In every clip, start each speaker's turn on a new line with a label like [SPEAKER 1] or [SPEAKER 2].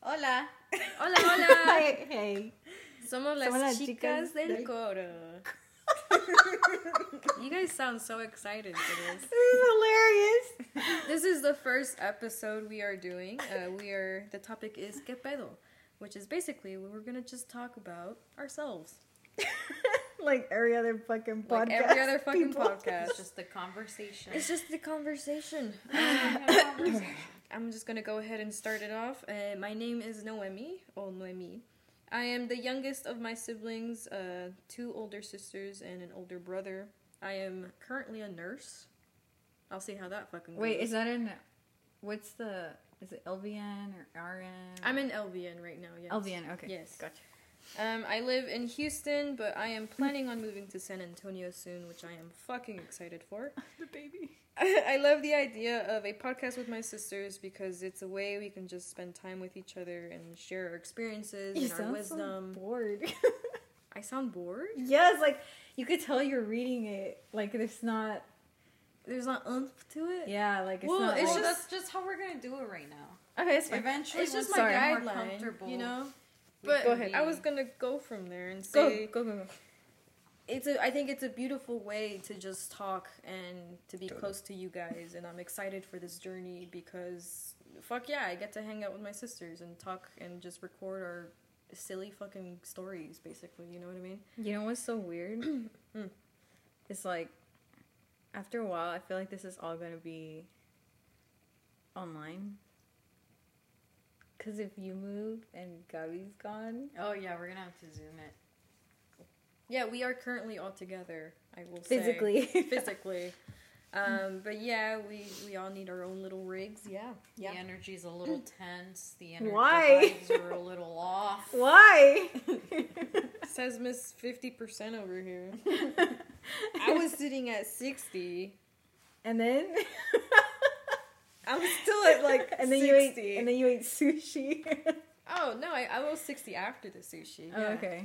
[SPEAKER 1] Hola,
[SPEAKER 2] Hola, hola.
[SPEAKER 3] Hey, hey.
[SPEAKER 2] Somos las,
[SPEAKER 3] Somos las
[SPEAKER 2] chicas,
[SPEAKER 3] chicas
[SPEAKER 2] del,
[SPEAKER 3] del-
[SPEAKER 2] coro. you guys sound so excited for this.
[SPEAKER 3] This is hilarious.
[SPEAKER 2] This is the first episode we are doing. Uh, we are the topic is que pedo, which is basically we're gonna just talk about ourselves,
[SPEAKER 3] like every other fucking podcast.
[SPEAKER 2] like every other fucking
[SPEAKER 3] people.
[SPEAKER 1] it's
[SPEAKER 2] podcast.
[SPEAKER 1] just the conversation.
[SPEAKER 2] It's just the conversation. Um, I'm just gonna go ahead and start it off. Uh, my name is Noemi, or Noemi. I am the youngest of my siblings, uh, two older sisters and an older brother. I am currently a nurse. I'll see how that fucking goes.
[SPEAKER 3] Wait, is that in what's the is it LVN or RN?
[SPEAKER 2] I'm in LVN right now. Yes.
[SPEAKER 3] LVN, okay.
[SPEAKER 2] Yes.
[SPEAKER 3] Gotcha.
[SPEAKER 2] Um, I live in Houston, but I am planning on moving to San Antonio soon, which I am fucking excited for.
[SPEAKER 3] The baby.
[SPEAKER 2] I love the idea of a podcast with my sisters because it's a way we can just spend time with each other and share our experiences
[SPEAKER 3] You
[SPEAKER 2] and our
[SPEAKER 3] sound
[SPEAKER 2] wisdom.
[SPEAKER 3] so bored.
[SPEAKER 2] I sound bored.
[SPEAKER 3] yes, like you could tell you're reading it. Like it's not.
[SPEAKER 2] There's not oomph to it.
[SPEAKER 3] Yeah, like it's
[SPEAKER 2] Well,
[SPEAKER 3] not.
[SPEAKER 2] it's
[SPEAKER 1] well,
[SPEAKER 3] like-
[SPEAKER 2] just-
[SPEAKER 1] that's just how we're gonna do it right now.
[SPEAKER 2] Okay, it's fine.
[SPEAKER 1] Eventually,
[SPEAKER 2] it's just
[SPEAKER 1] once
[SPEAKER 2] my
[SPEAKER 1] we get more
[SPEAKER 2] guideline,
[SPEAKER 1] comfortable,
[SPEAKER 2] you know.
[SPEAKER 1] we
[SPEAKER 2] But
[SPEAKER 1] can
[SPEAKER 2] go ahead. I
[SPEAKER 1] be-
[SPEAKER 2] was gonna go from there and
[SPEAKER 3] go,
[SPEAKER 2] say
[SPEAKER 3] go, go, go.
[SPEAKER 2] it's a. I think it's a beautiful way to just talk and to be close to you guys, and I'm excited for this journey because fuck yeah, I get to hang out with my sisters and talk and just record our silly fucking stories. Basically, you know what I mean?
[SPEAKER 3] You know what's so weird?
[SPEAKER 2] Mm.
[SPEAKER 3] it's like after a while, I feel like this is all gonna be online. Cause if you move and Gabby's gone,
[SPEAKER 1] Oh yeah, we're gonna have to zoom it.
[SPEAKER 2] Yeah, we are currently all together. I will say.
[SPEAKER 3] physically,
[SPEAKER 2] physically. Um, but yeah, we we all need our own little rigs. Yeah, yeah.
[SPEAKER 1] The energy's a little tense. The energy
[SPEAKER 3] Why?
[SPEAKER 1] vibes are a little off.
[SPEAKER 3] why?
[SPEAKER 2] Says Miss fifty percent over here. I was sitting at sixty.
[SPEAKER 3] and then
[SPEAKER 2] I'm still at like
[SPEAKER 3] and then you
[SPEAKER 2] 60.
[SPEAKER 3] ate and then you ate sushi.
[SPEAKER 2] oh no, I, I was sixty after the sushi.
[SPEAKER 3] Oh,
[SPEAKER 1] Yeah.
[SPEAKER 3] okay.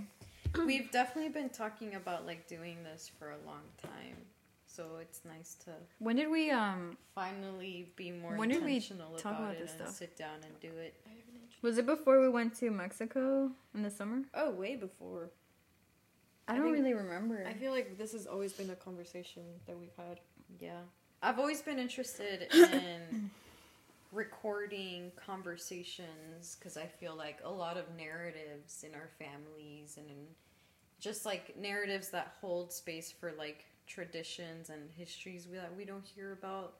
[SPEAKER 1] We've definitely been talking about like doing this for a long time, so it's nice to
[SPEAKER 3] When did we um
[SPEAKER 1] finally be more
[SPEAKER 3] When did we
[SPEAKER 1] intentional
[SPEAKER 3] talk
[SPEAKER 1] about,
[SPEAKER 3] about
[SPEAKER 1] it
[SPEAKER 3] this
[SPEAKER 1] and
[SPEAKER 3] stuff?
[SPEAKER 1] sit down and do it.
[SPEAKER 3] was it before we went to Mexico in the summer?
[SPEAKER 2] Oh, way before.
[SPEAKER 3] I
[SPEAKER 2] I
[SPEAKER 3] don't
[SPEAKER 2] think-
[SPEAKER 3] really remember.
[SPEAKER 2] I feel like this has always been a conversation that we've had.
[SPEAKER 1] Yeah, I've always been interested in recording conversations because I feel like a lot of narratives in our families and in just like narratives that hold space for like traditions and histories we- that we don't hear about.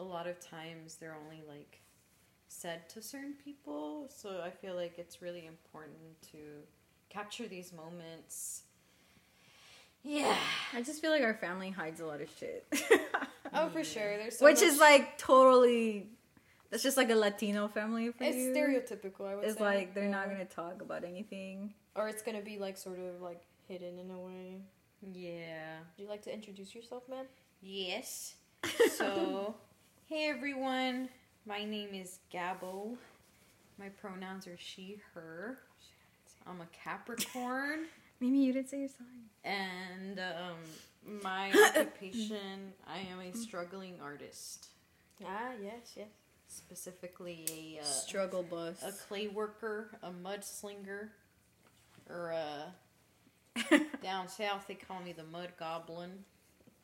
[SPEAKER 1] A lot of times they're only like said to certain people, so I feel like it's really important to capture these moments. Yeah.
[SPEAKER 3] I just feel like our family hides a lot of shit.
[SPEAKER 2] Oh, for sure. There's
[SPEAKER 3] Which is like totally that's just like a Latino family for
[SPEAKER 2] it's
[SPEAKER 3] you.
[SPEAKER 2] stereotypical. I would
[SPEAKER 3] It's
[SPEAKER 2] say.
[SPEAKER 3] like they're not
[SPEAKER 2] Yeah.
[SPEAKER 3] gonna talk about anything.
[SPEAKER 2] or it's gonna be like sort of like hidden in a way.
[SPEAKER 1] Yeah.
[SPEAKER 2] Would you like to introduce yourself, ma'am?
[SPEAKER 1] Yes. So, hey everyone. My name is Gabo. My pronouns are she, her. I'm a Capricorn,
[SPEAKER 3] Maybe you did say your sign.
[SPEAKER 1] and um, my occupation, I am a struggling artist,
[SPEAKER 2] Ah, yes, yes.
[SPEAKER 1] specifically a uh,
[SPEAKER 3] Struggle bus.
[SPEAKER 1] a clay worker, a mudslinger, or a down south they call me the mud goblin.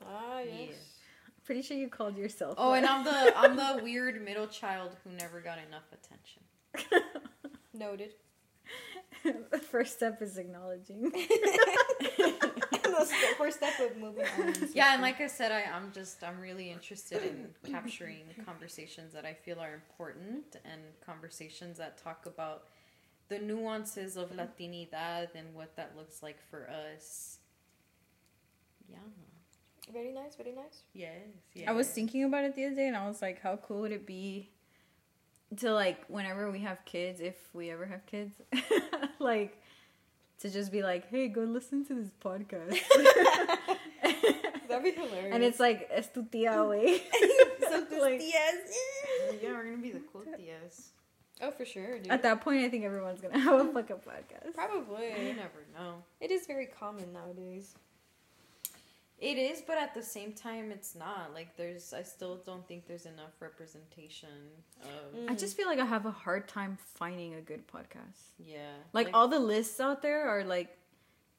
[SPEAKER 2] Ah, yes.
[SPEAKER 1] Yeah.
[SPEAKER 3] Pretty sure you called yourself.
[SPEAKER 1] Oh, and
[SPEAKER 3] that.
[SPEAKER 1] I'm the I'm the weird middle child who never got enough attention.
[SPEAKER 2] Noted.
[SPEAKER 3] the first step is acknowledging.
[SPEAKER 2] That's the first step of moving on.
[SPEAKER 1] Yeah, and like I said, I, I'm just I'm really interested in capturing conversations that I feel are important and conversations that talk about the nuances of Latinidad and what that looks like for us. Yeah.
[SPEAKER 2] Very nice, very nice.
[SPEAKER 1] Yes. yes.
[SPEAKER 3] I was thinking about it the other day and I was like, how cool would it be to like whenever we have kids, if we ever have kids, like to just be like, hey, go listen to this podcast.
[SPEAKER 2] That'd be hilarious.
[SPEAKER 3] and it's like es tu tía way. like,
[SPEAKER 2] yes.
[SPEAKER 1] Yeah, we're gonna be the cool tias.
[SPEAKER 2] Oh, for sure, dude.
[SPEAKER 3] at that point I think everyone's gonna have
[SPEAKER 1] Mm-hmm.
[SPEAKER 3] a fucking podcast.
[SPEAKER 1] You
[SPEAKER 2] Probably.
[SPEAKER 1] never know.
[SPEAKER 2] It is very common nowadays.
[SPEAKER 1] It is, but at the same time, it's not. Like, there's, I still don't think there's enough representation of,
[SPEAKER 2] Mm.
[SPEAKER 3] I just feel like I have a hard time finding a good podcast.
[SPEAKER 1] yeah.
[SPEAKER 3] Like, all the lists out there are like,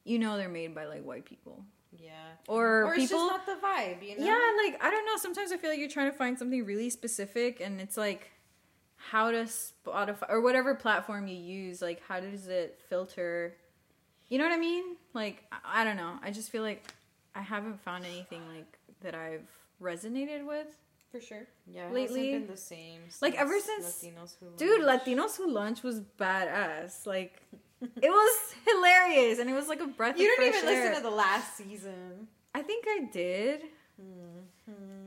[SPEAKER 3] you know, they're made by like white people
[SPEAKER 1] yeah.
[SPEAKER 3] or,
[SPEAKER 1] Or it's
[SPEAKER 3] people.
[SPEAKER 1] just not the vibe, you know?
[SPEAKER 3] Yeah, like I don't know. Sometimes I feel like you're trying to find something really specific, and it's like how to Spotify or whatever platform you use. Like, how does it filter? You know what I mean? Like, I, I don't know. I just feel like I haven't found anything like that I've resonated with.
[SPEAKER 2] for sure.
[SPEAKER 1] Yeah,
[SPEAKER 3] Lately-
[SPEAKER 1] lately, hasn't been the same.
[SPEAKER 3] like, ever since-
[SPEAKER 1] Latinos who
[SPEAKER 3] Dude,
[SPEAKER 1] Lunch.
[SPEAKER 3] Latinos Who Lunch was badass. Like, it was hilarious, and it was like a breath
[SPEAKER 1] You
[SPEAKER 3] of
[SPEAKER 1] don't
[SPEAKER 3] fresh
[SPEAKER 1] even
[SPEAKER 3] air.
[SPEAKER 1] listen to Mm. the last season. Hmm,
[SPEAKER 3] I think I did.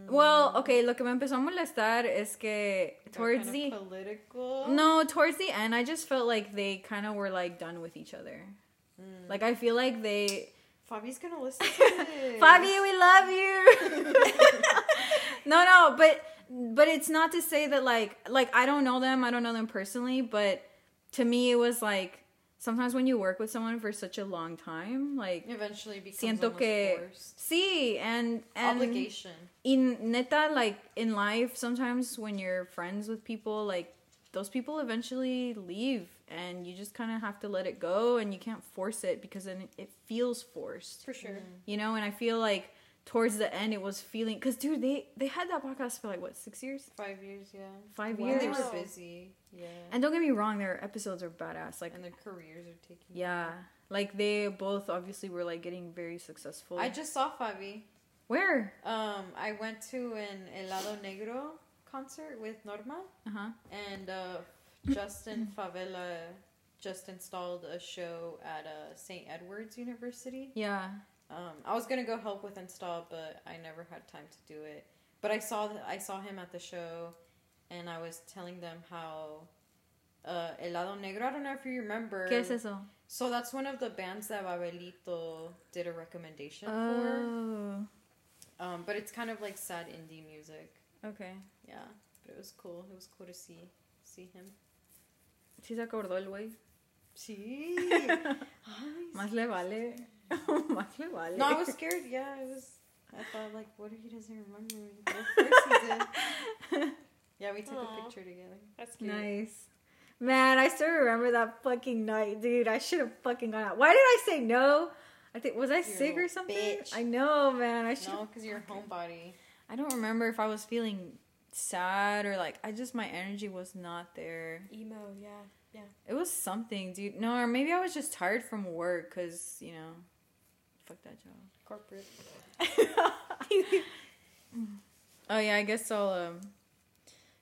[SPEAKER 3] Well, okay, lo que me empezó a molestar es que towards the
[SPEAKER 1] kind of political.
[SPEAKER 3] No, towards the end, I just felt like they kind of were like done with each other. Like I feel like they,
[SPEAKER 1] Fabi's gonna listen to this.
[SPEAKER 3] Fabi, we love you. no, no, but but it's not to say that like like I don't know them, I don't know them personally, but to me it was like sometimes when you work with someone for such a long time, like
[SPEAKER 1] eventually becomes
[SPEAKER 3] siento
[SPEAKER 1] almost
[SPEAKER 3] que
[SPEAKER 1] forced.
[SPEAKER 3] sí, and and
[SPEAKER 1] obligation.
[SPEAKER 3] in neta like in life sometimes when you're friends with people like those people eventually leave and you just kind of have to let it go and you can't force it because then it feels forced
[SPEAKER 2] For sure.
[SPEAKER 1] Hmm,
[SPEAKER 3] you know and i feel like towards the end it was feeling because dude they they had that podcast for like what six years
[SPEAKER 1] Five years, yeah.
[SPEAKER 3] five
[SPEAKER 1] When
[SPEAKER 3] years
[SPEAKER 1] they were
[SPEAKER 2] Wow.
[SPEAKER 1] busy, yeah.
[SPEAKER 3] and don't get me wrong their episodes are badass like
[SPEAKER 1] And their careers are taking.
[SPEAKER 3] yeah like they both obviously were like getting very successful
[SPEAKER 1] I just saw Fabi.
[SPEAKER 3] where
[SPEAKER 1] Um, I went to an Helado Negro concert with Norma,
[SPEAKER 3] uh-huh
[SPEAKER 1] and uh, Justin Favela just installed a show at uh, St. Edward's University.
[SPEAKER 3] yeah
[SPEAKER 1] Um, I was gonna go help with install, but I never had time to do it. But I saw th- I saw him at the show, and I was telling them how uh, Helado Negro. I don't know if you remember.
[SPEAKER 3] ¿Qué es eso?
[SPEAKER 1] So that's one of the bands that Babelito did a recommendation
[SPEAKER 3] oh
[SPEAKER 1] for. Um, but it's kind of like sad indie music.
[SPEAKER 3] okay
[SPEAKER 1] Yeah, but it was cool. It was cool to see see him.
[SPEAKER 3] sí se acordó el güey
[SPEAKER 1] Sí.
[SPEAKER 3] Más le vale. Más le vale.
[SPEAKER 1] no, I was scared. Yeah, I was. I thought like, what if he doesn't remember me? But of course he did. Yeah, we took
[SPEAKER 2] Aw.
[SPEAKER 1] a picture together.
[SPEAKER 2] That's cute.
[SPEAKER 3] nice. Man, I still remember that fucking night, dude. I should have fucking gone out. Why did I say no? I think was I sick or
[SPEAKER 1] little
[SPEAKER 3] something?
[SPEAKER 1] bitch.
[SPEAKER 3] I know, man. I should.
[SPEAKER 1] No, because you're a homebody.
[SPEAKER 3] I don't remember if I was feeling sad or like I just my energy was not there.
[SPEAKER 2] Emo, yeah.
[SPEAKER 3] It was something, dude. No, or maybe I was just tired from work because you know, fuck that job.
[SPEAKER 2] Corporate.
[SPEAKER 3] oh yeah, I guess I'll um,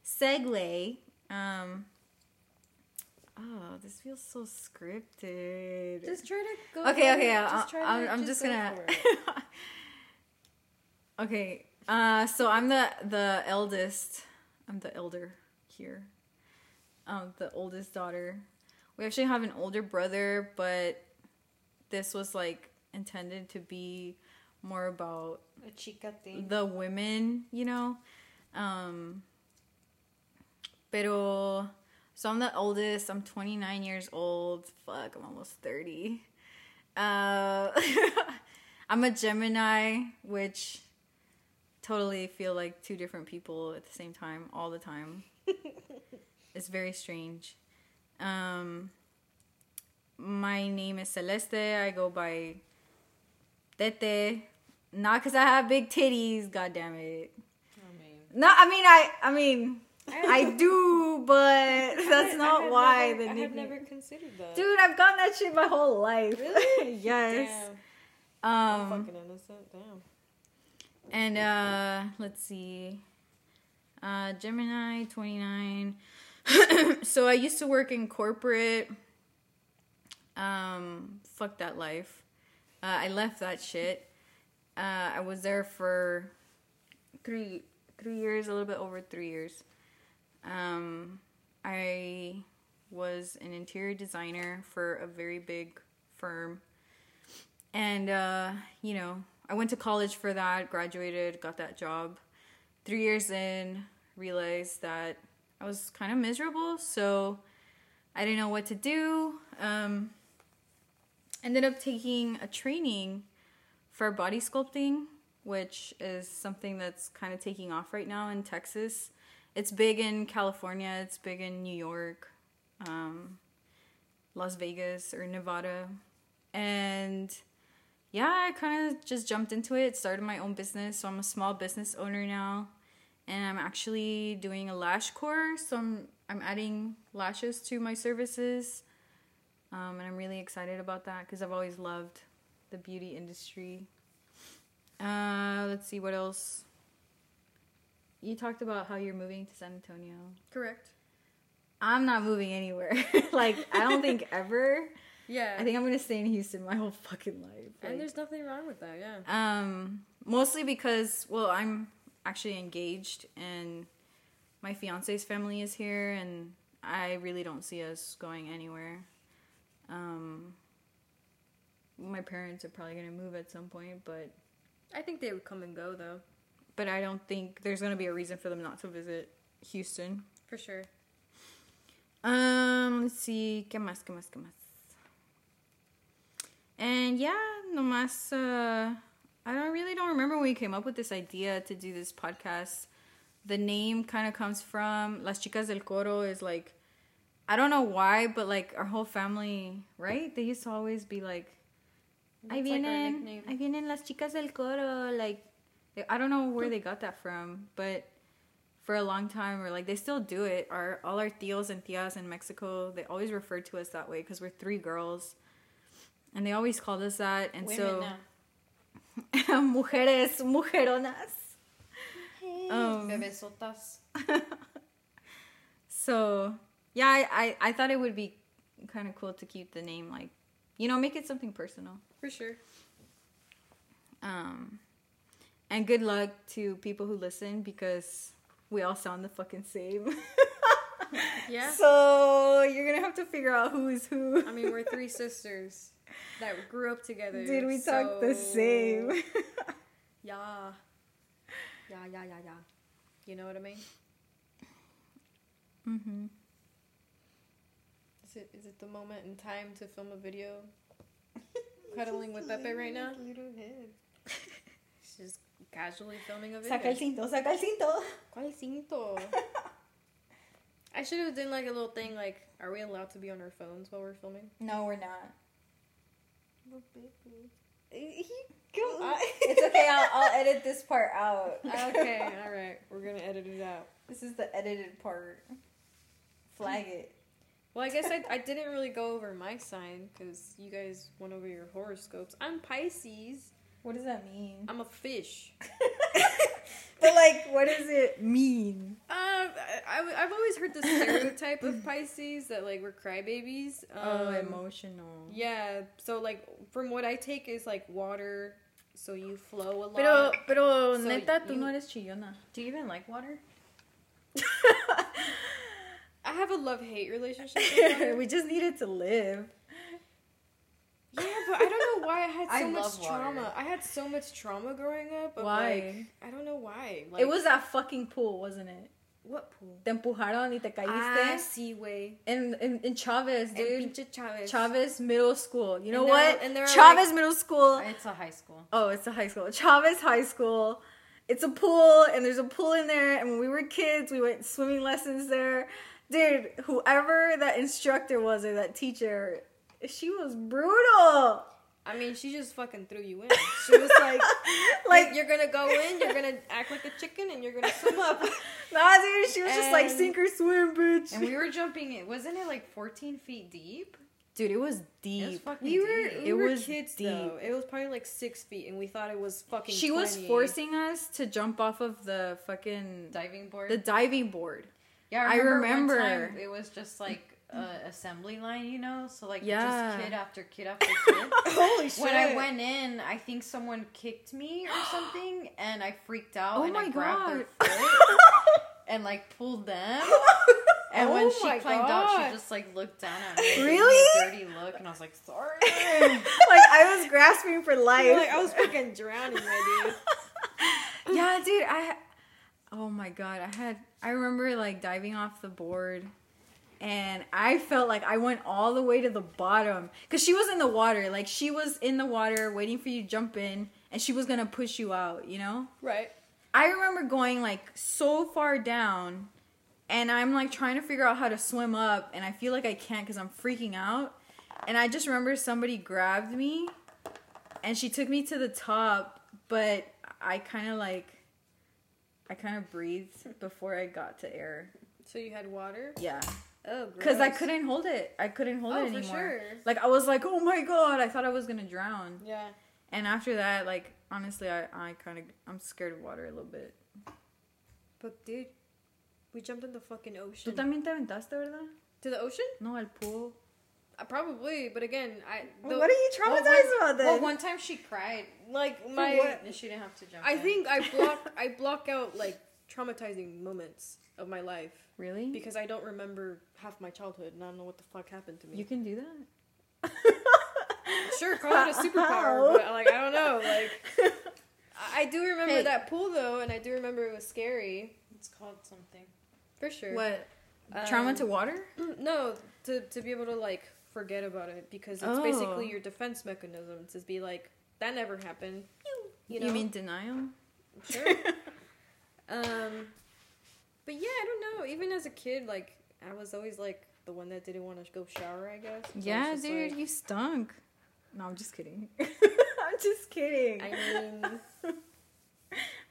[SPEAKER 3] segue. Um, oh, this feels so scripted.
[SPEAKER 2] Just try to go.
[SPEAKER 3] okay,
[SPEAKER 2] for
[SPEAKER 3] okay,
[SPEAKER 2] it.
[SPEAKER 3] I'll-
[SPEAKER 2] try to-
[SPEAKER 3] I'm, I'm just,
[SPEAKER 2] go
[SPEAKER 3] gonna.
[SPEAKER 2] for it.
[SPEAKER 3] okay, uh, so I'm the the eldest. I'm the elder here. Um, the oldest daughter. We actually have an older brother, but this was like intended to be more about
[SPEAKER 1] A chica thing.
[SPEAKER 3] the women, you know. Um pero so I'm the oldest, I'm 29 years old. Fuck, I'm almost 30. Uh I'm a Gemini, which totally feel like two different people at the same time all the time. it's very strange. Um my name is Celeste. I go by Tete. Not because I have big titties, god damn it.
[SPEAKER 1] I mean,
[SPEAKER 3] No, I mean I I mean
[SPEAKER 2] have-
[SPEAKER 3] I do, but that's
[SPEAKER 2] I
[SPEAKER 3] not
[SPEAKER 2] have
[SPEAKER 3] why
[SPEAKER 2] never-
[SPEAKER 3] the
[SPEAKER 2] I have
[SPEAKER 3] nickname.
[SPEAKER 2] never considered that.
[SPEAKER 3] Dude, I've gotten that shit my whole life.
[SPEAKER 2] Really?
[SPEAKER 3] yes.
[SPEAKER 2] Damn. I'm
[SPEAKER 3] Um
[SPEAKER 2] fucking innocent. Damn.
[SPEAKER 3] and uh let's see. Uh Gemini 29. so I used to work in corporate. Um fuck that life. Uh, I left that shit. Uh, I was there for three three years, a little bit over three years. Um, I was an interior designer for a very big firm, and uh, you know, I went to college for that, graduated, got that job. Three years in, realized that I was kind of miserable, so I didn't know what to do. Um, ended up taking a training for body sculpting which is something that's kind of taking off right now in Texas. It's big in California, it's big in New York, um, Las Vegas, or Nevada. And yeah, I kind of just jumped into it, started my own business. So I'm a small business owner now. And I'm actually doing a lash course. So I'm, I'm adding lashes to my services. Um, and I'm really excited about that because I've always loved the beauty industry. Uh, let's see what else. You talked about how you're moving to San Antonio.
[SPEAKER 2] Correct.
[SPEAKER 3] I'm not moving anywhere. like I don't think ever.
[SPEAKER 2] Yeah.
[SPEAKER 3] I think I'm gonna stay in Houston my whole fucking life.
[SPEAKER 2] and
[SPEAKER 3] Like,
[SPEAKER 2] there's nothing wrong with that, yeah.
[SPEAKER 3] um, mostly because well, I'm actually engaged and my fiance's family is here, and I really don't see us going anywhere. Um, my parents are probably gonna move at some point, but
[SPEAKER 2] I think they would come and go though,
[SPEAKER 3] but I don't think there's gonna be a reason for them not to visit Houston.
[SPEAKER 2] for sure.
[SPEAKER 3] Um, let's see, qué más, qué más, qué más. And yeah, nomás. Uh, I don't really don't remember when we came up with this idea to do this podcast. The name kind of comes from Las Chicas del Coro is like, I don't know why, but like our whole family, right? They used to always be like, I
[SPEAKER 2] That's like our
[SPEAKER 3] vienen,
[SPEAKER 2] nickname.
[SPEAKER 3] I vienen las chicas del coro. Like, they- I don't know where they got that from, but for a long time, or like they still do it. Our all our tios and tias in Mexico, they always refer to us that way because we're three girls, and they always called us that. And
[SPEAKER 1] Women
[SPEAKER 3] so,
[SPEAKER 1] now.
[SPEAKER 3] mujeres, mujeronas. Um,
[SPEAKER 1] Bebesotas.
[SPEAKER 3] so yeah, I, I I thought it would be kind of cool to keep the name like, you know, make it something personal.
[SPEAKER 2] For sure.
[SPEAKER 3] Um, and good luck to people who listen because we all sound the fucking same.
[SPEAKER 2] Yeah.
[SPEAKER 3] So you're gonna have to figure out who is who.
[SPEAKER 2] I mean, we're three sisters that grew up together.
[SPEAKER 3] Did we talk the
[SPEAKER 2] so-
[SPEAKER 3] same?
[SPEAKER 2] Yeah. Yeah, yeah, yeah, yeah. You know what I mean?
[SPEAKER 3] mm-hmm.
[SPEAKER 2] Is it is it the moment in time to film a video? Cuddling with Pepe right now?
[SPEAKER 1] Little head.
[SPEAKER 2] She's casually filming a video.
[SPEAKER 3] Saca el cinto, saca el cinto.
[SPEAKER 2] ¿Cuál cinto? I should have done like a little thing like, are we allowed to be on our phones while we're filming?
[SPEAKER 3] No, we're not.
[SPEAKER 1] Little
[SPEAKER 3] Eh,
[SPEAKER 1] baby.
[SPEAKER 3] Ah, it's okay. I'll, I'll edit this part out.
[SPEAKER 2] okay, all right. We're gonna edit it out.
[SPEAKER 3] This is the edited part. Flag it.
[SPEAKER 2] Well, I guess I, I didn't really go over my sign because you guys went over your horoscopes. I'm Pisces.
[SPEAKER 3] What does that mean?
[SPEAKER 2] I'm a fish.
[SPEAKER 3] but like, what does it mean?
[SPEAKER 2] Um, I, I, have always heard the stereotype of Pisces that like we're crybabies. Um,
[SPEAKER 3] oh, emotional.
[SPEAKER 2] Yeah. So like from what I take is like water. So you flow a lot.
[SPEAKER 3] pero
[SPEAKER 2] So neta, tú you- no
[SPEAKER 3] eres chillona. Do you even like water?
[SPEAKER 2] I have a love hate relationship. With water.
[SPEAKER 3] we just needed to live.
[SPEAKER 2] Yeah, but I don't know why I had
[SPEAKER 1] I
[SPEAKER 2] so much
[SPEAKER 1] love water.
[SPEAKER 2] trauma. I had so much trauma growing up. Of
[SPEAKER 3] Why?
[SPEAKER 2] Like, I don't know why. Like,
[SPEAKER 3] it was that fucking pool, wasn't it?
[SPEAKER 2] what pool?
[SPEAKER 3] Te empujaron y te
[SPEAKER 2] Ah,
[SPEAKER 3] caíste.
[SPEAKER 2] Seaway.
[SPEAKER 3] In, in, in Chavez,
[SPEAKER 2] And
[SPEAKER 3] dude.
[SPEAKER 2] pinche Chavez.
[SPEAKER 3] Chavez Middle School. You know
[SPEAKER 2] And they're-
[SPEAKER 3] what?
[SPEAKER 2] and they're
[SPEAKER 3] Chavez Middle School.
[SPEAKER 1] Uh, It's a high school.
[SPEAKER 3] Oh, it's a high school. Chavez High School. It's a pool, and there's a pool in there. And when we were kids, we went swimming lessons there. Dude, whoever that instructor was or that teacher, she was brutal.
[SPEAKER 2] I mean, she just fucking threw you in. She was like,
[SPEAKER 3] like,
[SPEAKER 2] like you're gonna go in, you're gonna act like a chicken, and you're gonna swim up.
[SPEAKER 3] nah, dude, she was just like
[SPEAKER 2] And-
[SPEAKER 3] sink or swim, bitch.
[SPEAKER 1] And we were jumping it. Wasn't it like 14 feet deep?
[SPEAKER 3] dude, it was deep.
[SPEAKER 1] It was fucking
[SPEAKER 2] We were,
[SPEAKER 1] deep.
[SPEAKER 2] we
[SPEAKER 3] It
[SPEAKER 2] were
[SPEAKER 3] was
[SPEAKER 2] kids
[SPEAKER 3] deep.
[SPEAKER 2] though. It was probably like six feet, and we thought it was fucking.
[SPEAKER 3] she was
[SPEAKER 2] 20.
[SPEAKER 3] forcing us to jump off of the fucking
[SPEAKER 1] diving board.
[SPEAKER 3] the diving board.
[SPEAKER 1] yeah,
[SPEAKER 3] I
[SPEAKER 1] one
[SPEAKER 3] remember.
[SPEAKER 1] time it was just like a assembly line, you know. So like
[SPEAKER 3] Yeah.
[SPEAKER 1] just kid after kid after kid.
[SPEAKER 2] Holy shit!
[SPEAKER 1] when I went in, I think someone kicked me or something, and I freaked out.
[SPEAKER 3] Oh
[SPEAKER 1] and I
[SPEAKER 3] my
[SPEAKER 1] grabbed
[SPEAKER 3] God.
[SPEAKER 1] Their foot and like pulled them. And when
[SPEAKER 2] Oh
[SPEAKER 1] she
[SPEAKER 2] my
[SPEAKER 1] climbed out,
[SPEAKER 2] God.
[SPEAKER 1] she just like looked down at me. and gave me a
[SPEAKER 3] Really?
[SPEAKER 1] dirty look, and I was like, sorry.
[SPEAKER 3] like I was grasping for life.
[SPEAKER 2] You're like I was fucking drowning, my dude.
[SPEAKER 3] yeah, dude, I Oh my god, I had I remember like diving off the board and I felt like I went all the way to the bottom cuz she was in the water. Like she was in the water waiting for you to jump in and and she was gonna push you out, you know?
[SPEAKER 2] Right.
[SPEAKER 3] I remember going like so far down and I'm like trying to figure out how to swim up and I feel like I can't cuz I'm freaking out. And I just remember somebody grabbed me and she took me to the top, but I kind of like I kind of breathed before I got to air.
[SPEAKER 2] So you had water?
[SPEAKER 3] Yeah.
[SPEAKER 2] Oh,
[SPEAKER 3] Cuz I
[SPEAKER 2] gross.
[SPEAKER 3] couldn't hold it. I couldn't hold
[SPEAKER 2] Oh,
[SPEAKER 3] it
[SPEAKER 2] for
[SPEAKER 3] anymore.
[SPEAKER 2] sure.
[SPEAKER 3] Like I was like, "Oh my god, I thought I was going to drown."
[SPEAKER 2] Yeah.
[SPEAKER 3] And after that, like honestly, I I kind of I'm scared of water a little bit.
[SPEAKER 2] But dude, we jumped in the fucking ocean.
[SPEAKER 3] ¿Tú también te aventaste, verdad?
[SPEAKER 2] to the ocean?
[SPEAKER 3] No, al pool. Oh,
[SPEAKER 2] Uh, probably, but again, I. The,
[SPEAKER 3] what are you
[SPEAKER 1] Well,
[SPEAKER 3] traumatized
[SPEAKER 1] one-
[SPEAKER 3] about then?
[SPEAKER 1] Well, one time she cried
[SPEAKER 2] Like my.
[SPEAKER 1] and she didn't have to jump.
[SPEAKER 2] I
[SPEAKER 1] in.
[SPEAKER 2] think I block I block out like traumatizing moments of my life
[SPEAKER 3] really?
[SPEAKER 2] because I don't remember half my childhood and I don't know what the fuck happened to me.
[SPEAKER 3] you can do that?
[SPEAKER 2] sure, call it a superpower,
[SPEAKER 3] How?
[SPEAKER 2] but like I don't know. Like I- I do remember
[SPEAKER 3] Hey.
[SPEAKER 2] that pool though, and I do remember it was scary
[SPEAKER 1] it's called something.
[SPEAKER 2] for sure.
[SPEAKER 3] What?
[SPEAKER 2] Um,
[SPEAKER 3] Trauma to water?
[SPEAKER 2] Mm, No, to to be able to like forget about it because it's
[SPEAKER 3] Oh.
[SPEAKER 2] basically your defense mechanism to be like that never happened. You
[SPEAKER 3] You,
[SPEAKER 2] know?
[SPEAKER 3] mean denial?
[SPEAKER 2] Sure. um, but yeah, I don't know. Even as a kid, like I was always like the one that didn't want to go shower. I guess. So it's
[SPEAKER 3] yeah,
[SPEAKER 2] just,
[SPEAKER 3] dude,
[SPEAKER 2] like,
[SPEAKER 3] you stunk. No, I'm just kidding. I'm just kidding.
[SPEAKER 2] I mean,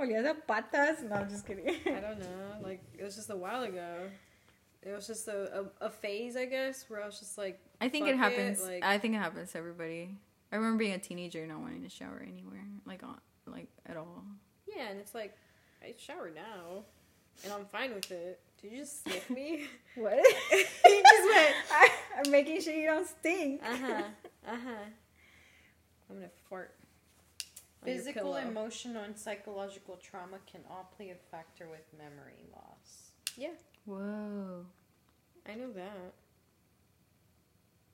[SPEAKER 3] Olías a patas. No, I'm just kidding.
[SPEAKER 2] I don't know. Like it was just a while ago. It was just a, a, a phase, I guess, where I was just like,
[SPEAKER 3] I think
[SPEAKER 2] Fuck
[SPEAKER 3] it
[SPEAKER 2] it,
[SPEAKER 3] happens.
[SPEAKER 2] like-
[SPEAKER 3] I think it happens to everybody. I remember being a teenager not wanting to shower anywhere, like on, like at all.
[SPEAKER 2] yeah, and it's like, I shower now, and I'm fine with it. Did you just sniff me?
[SPEAKER 3] What? he just went. I, am making sure you don't stink.
[SPEAKER 2] uh huh. Uh huh. I'm gonna fart. on your
[SPEAKER 1] Physical,
[SPEAKER 2] pillow.
[SPEAKER 1] emotional, and psychological trauma can all play a factor with memory loss.
[SPEAKER 3] Whoa.
[SPEAKER 2] I know that.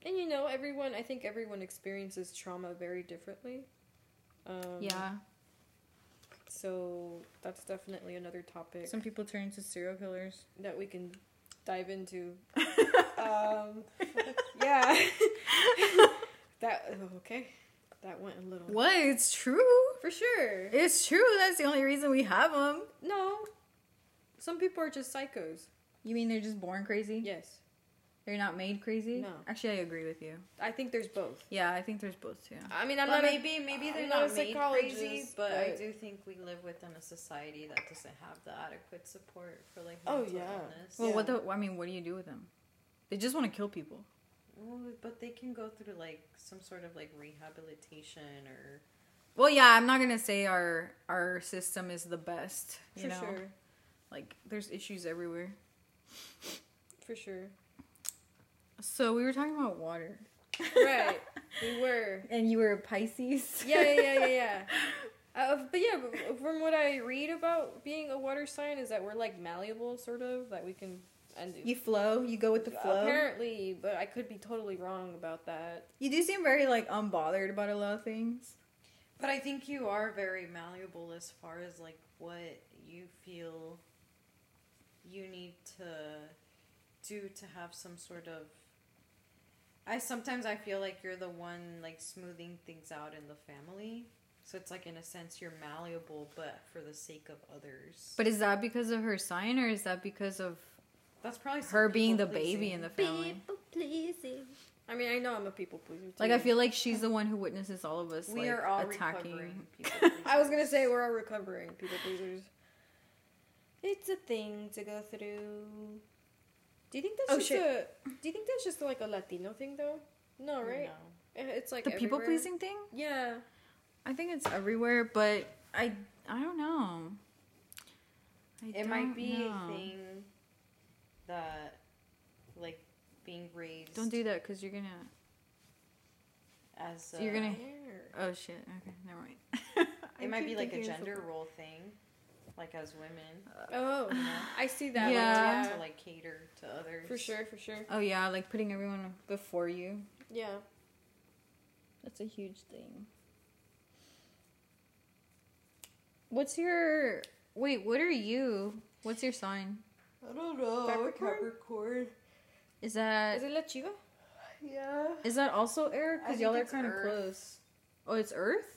[SPEAKER 2] And you know, everyone, I think everyone experiences trauma very differently. Um,
[SPEAKER 3] Yeah.
[SPEAKER 2] So that's definitely another topic
[SPEAKER 3] Some people turn into serial killers.
[SPEAKER 2] that we can dive into. um, yeah. that, oh, okay. That went a little.
[SPEAKER 3] What? It's true.
[SPEAKER 2] For sure.
[SPEAKER 3] It's true. That's the only reason we have them.
[SPEAKER 2] No. Some people are just psychos.
[SPEAKER 3] You mean they're just born crazy?
[SPEAKER 2] Yes.
[SPEAKER 3] They're not made crazy?
[SPEAKER 2] No.
[SPEAKER 3] Actually, I agree with you.
[SPEAKER 2] I think there's both.
[SPEAKER 3] Yeah, I think there's both too.
[SPEAKER 2] I mean, I'm
[SPEAKER 1] But
[SPEAKER 2] not. a-
[SPEAKER 1] maybe maybe they're
[SPEAKER 2] I'm not a
[SPEAKER 1] not, made crazy,
[SPEAKER 2] psychologist,
[SPEAKER 1] but, I
[SPEAKER 2] but-
[SPEAKER 1] do think we live within a society that doesn't have the adequate support for like
[SPEAKER 2] Oh,
[SPEAKER 1] mental
[SPEAKER 2] yeah.
[SPEAKER 1] illness.
[SPEAKER 3] Well,
[SPEAKER 2] Yeah.
[SPEAKER 3] what the? I mean, what do you do with them? They just want to kill people.
[SPEAKER 1] Well, but they can go through like some sort of like rehabilitation or
[SPEAKER 3] Well, yeah, I'm not gonna say our our system is the best. You
[SPEAKER 2] for
[SPEAKER 3] know,
[SPEAKER 2] sure.
[SPEAKER 3] like there's issues everywhere.
[SPEAKER 2] For sure.
[SPEAKER 3] So we were talking about water,
[SPEAKER 2] Right. we were.
[SPEAKER 3] and you were a Pisces.
[SPEAKER 2] yeah, yeah, yeah, yeah, yeah. Uh, but yeah, but from what I read about being a water sign is that we're like malleable, sort of, that we can. And
[SPEAKER 3] You flow. You go with the flow.
[SPEAKER 2] Apparently, but I could be totally wrong about that.
[SPEAKER 3] You do seem very like unbothered about a lot of things.
[SPEAKER 1] But I think you are very malleable as far as like what you feel you need to do to have some sort of I sometimes I feel like you're the one like smoothing things out in the family. So it's like in a sense you're malleable but for the sake of others.
[SPEAKER 3] But is that because of her sign, or is that because of
[SPEAKER 1] that's probably some
[SPEAKER 3] her being the
[SPEAKER 1] people
[SPEAKER 3] baby
[SPEAKER 1] pleasing.
[SPEAKER 3] in the family?
[SPEAKER 2] pleasing. I mean, I know I'm a people pleaser. Too.
[SPEAKER 3] Like I feel like she's the one who witnesses all of us.
[SPEAKER 1] we
[SPEAKER 3] like,
[SPEAKER 1] are all
[SPEAKER 3] attacking.
[SPEAKER 1] recovering people.
[SPEAKER 2] I was gonna say we're all recovering people pleasers. It's a thing to go through. Do you think that's
[SPEAKER 3] Oh,
[SPEAKER 2] just
[SPEAKER 3] shit.
[SPEAKER 2] a? Do you think that's just like a Latino thing though? No, right?
[SPEAKER 1] No.
[SPEAKER 2] Eh, It's like
[SPEAKER 3] the people
[SPEAKER 2] everywhere.
[SPEAKER 3] pleasing thing.
[SPEAKER 2] Yeah.
[SPEAKER 3] I think it's everywhere, but I I don't know. I
[SPEAKER 1] it might
[SPEAKER 3] don't
[SPEAKER 1] be
[SPEAKER 3] know.
[SPEAKER 1] a thing that like being raised
[SPEAKER 3] Don't do that because you're gonna.
[SPEAKER 1] as a,
[SPEAKER 3] You're gonna-
[SPEAKER 2] Yeah.
[SPEAKER 3] Oh shit. Okay, never mind. I
[SPEAKER 1] it might be
[SPEAKER 3] keep
[SPEAKER 1] like a
[SPEAKER 3] thinking it's
[SPEAKER 1] gender role thing like as women
[SPEAKER 2] Oh,
[SPEAKER 1] you know
[SPEAKER 2] I see that.
[SPEAKER 1] yeah.
[SPEAKER 2] Yeah,
[SPEAKER 3] Yeah.
[SPEAKER 1] like, to like cater to others
[SPEAKER 2] for sure, for sure.
[SPEAKER 3] Oh yeah, like putting everyone before you.
[SPEAKER 2] Yeah,
[SPEAKER 3] That's a huge thing. What's your wait? What are you? What's your sign?
[SPEAKER 1] i don't know
[SPEAKER 2] Capricorn?
[SPEAKER 1] capricorn
[SPEAKER 3] Is that
[SPEAKER 2] is it La Chiva?
[SPEAKER 1] yeah
[SPEAKER 3] is that also air?
[SPEAKER 1] I
[SPEAKER 3] Because
[SPEAKER 1] think
[SPEAKER 3] y'all are
[SPEAKER 1] it's
[SPEAKER 3] kind of
[SPEAKER 1] Earth.
[SPEAKER 3] close. Oh, it's Earth.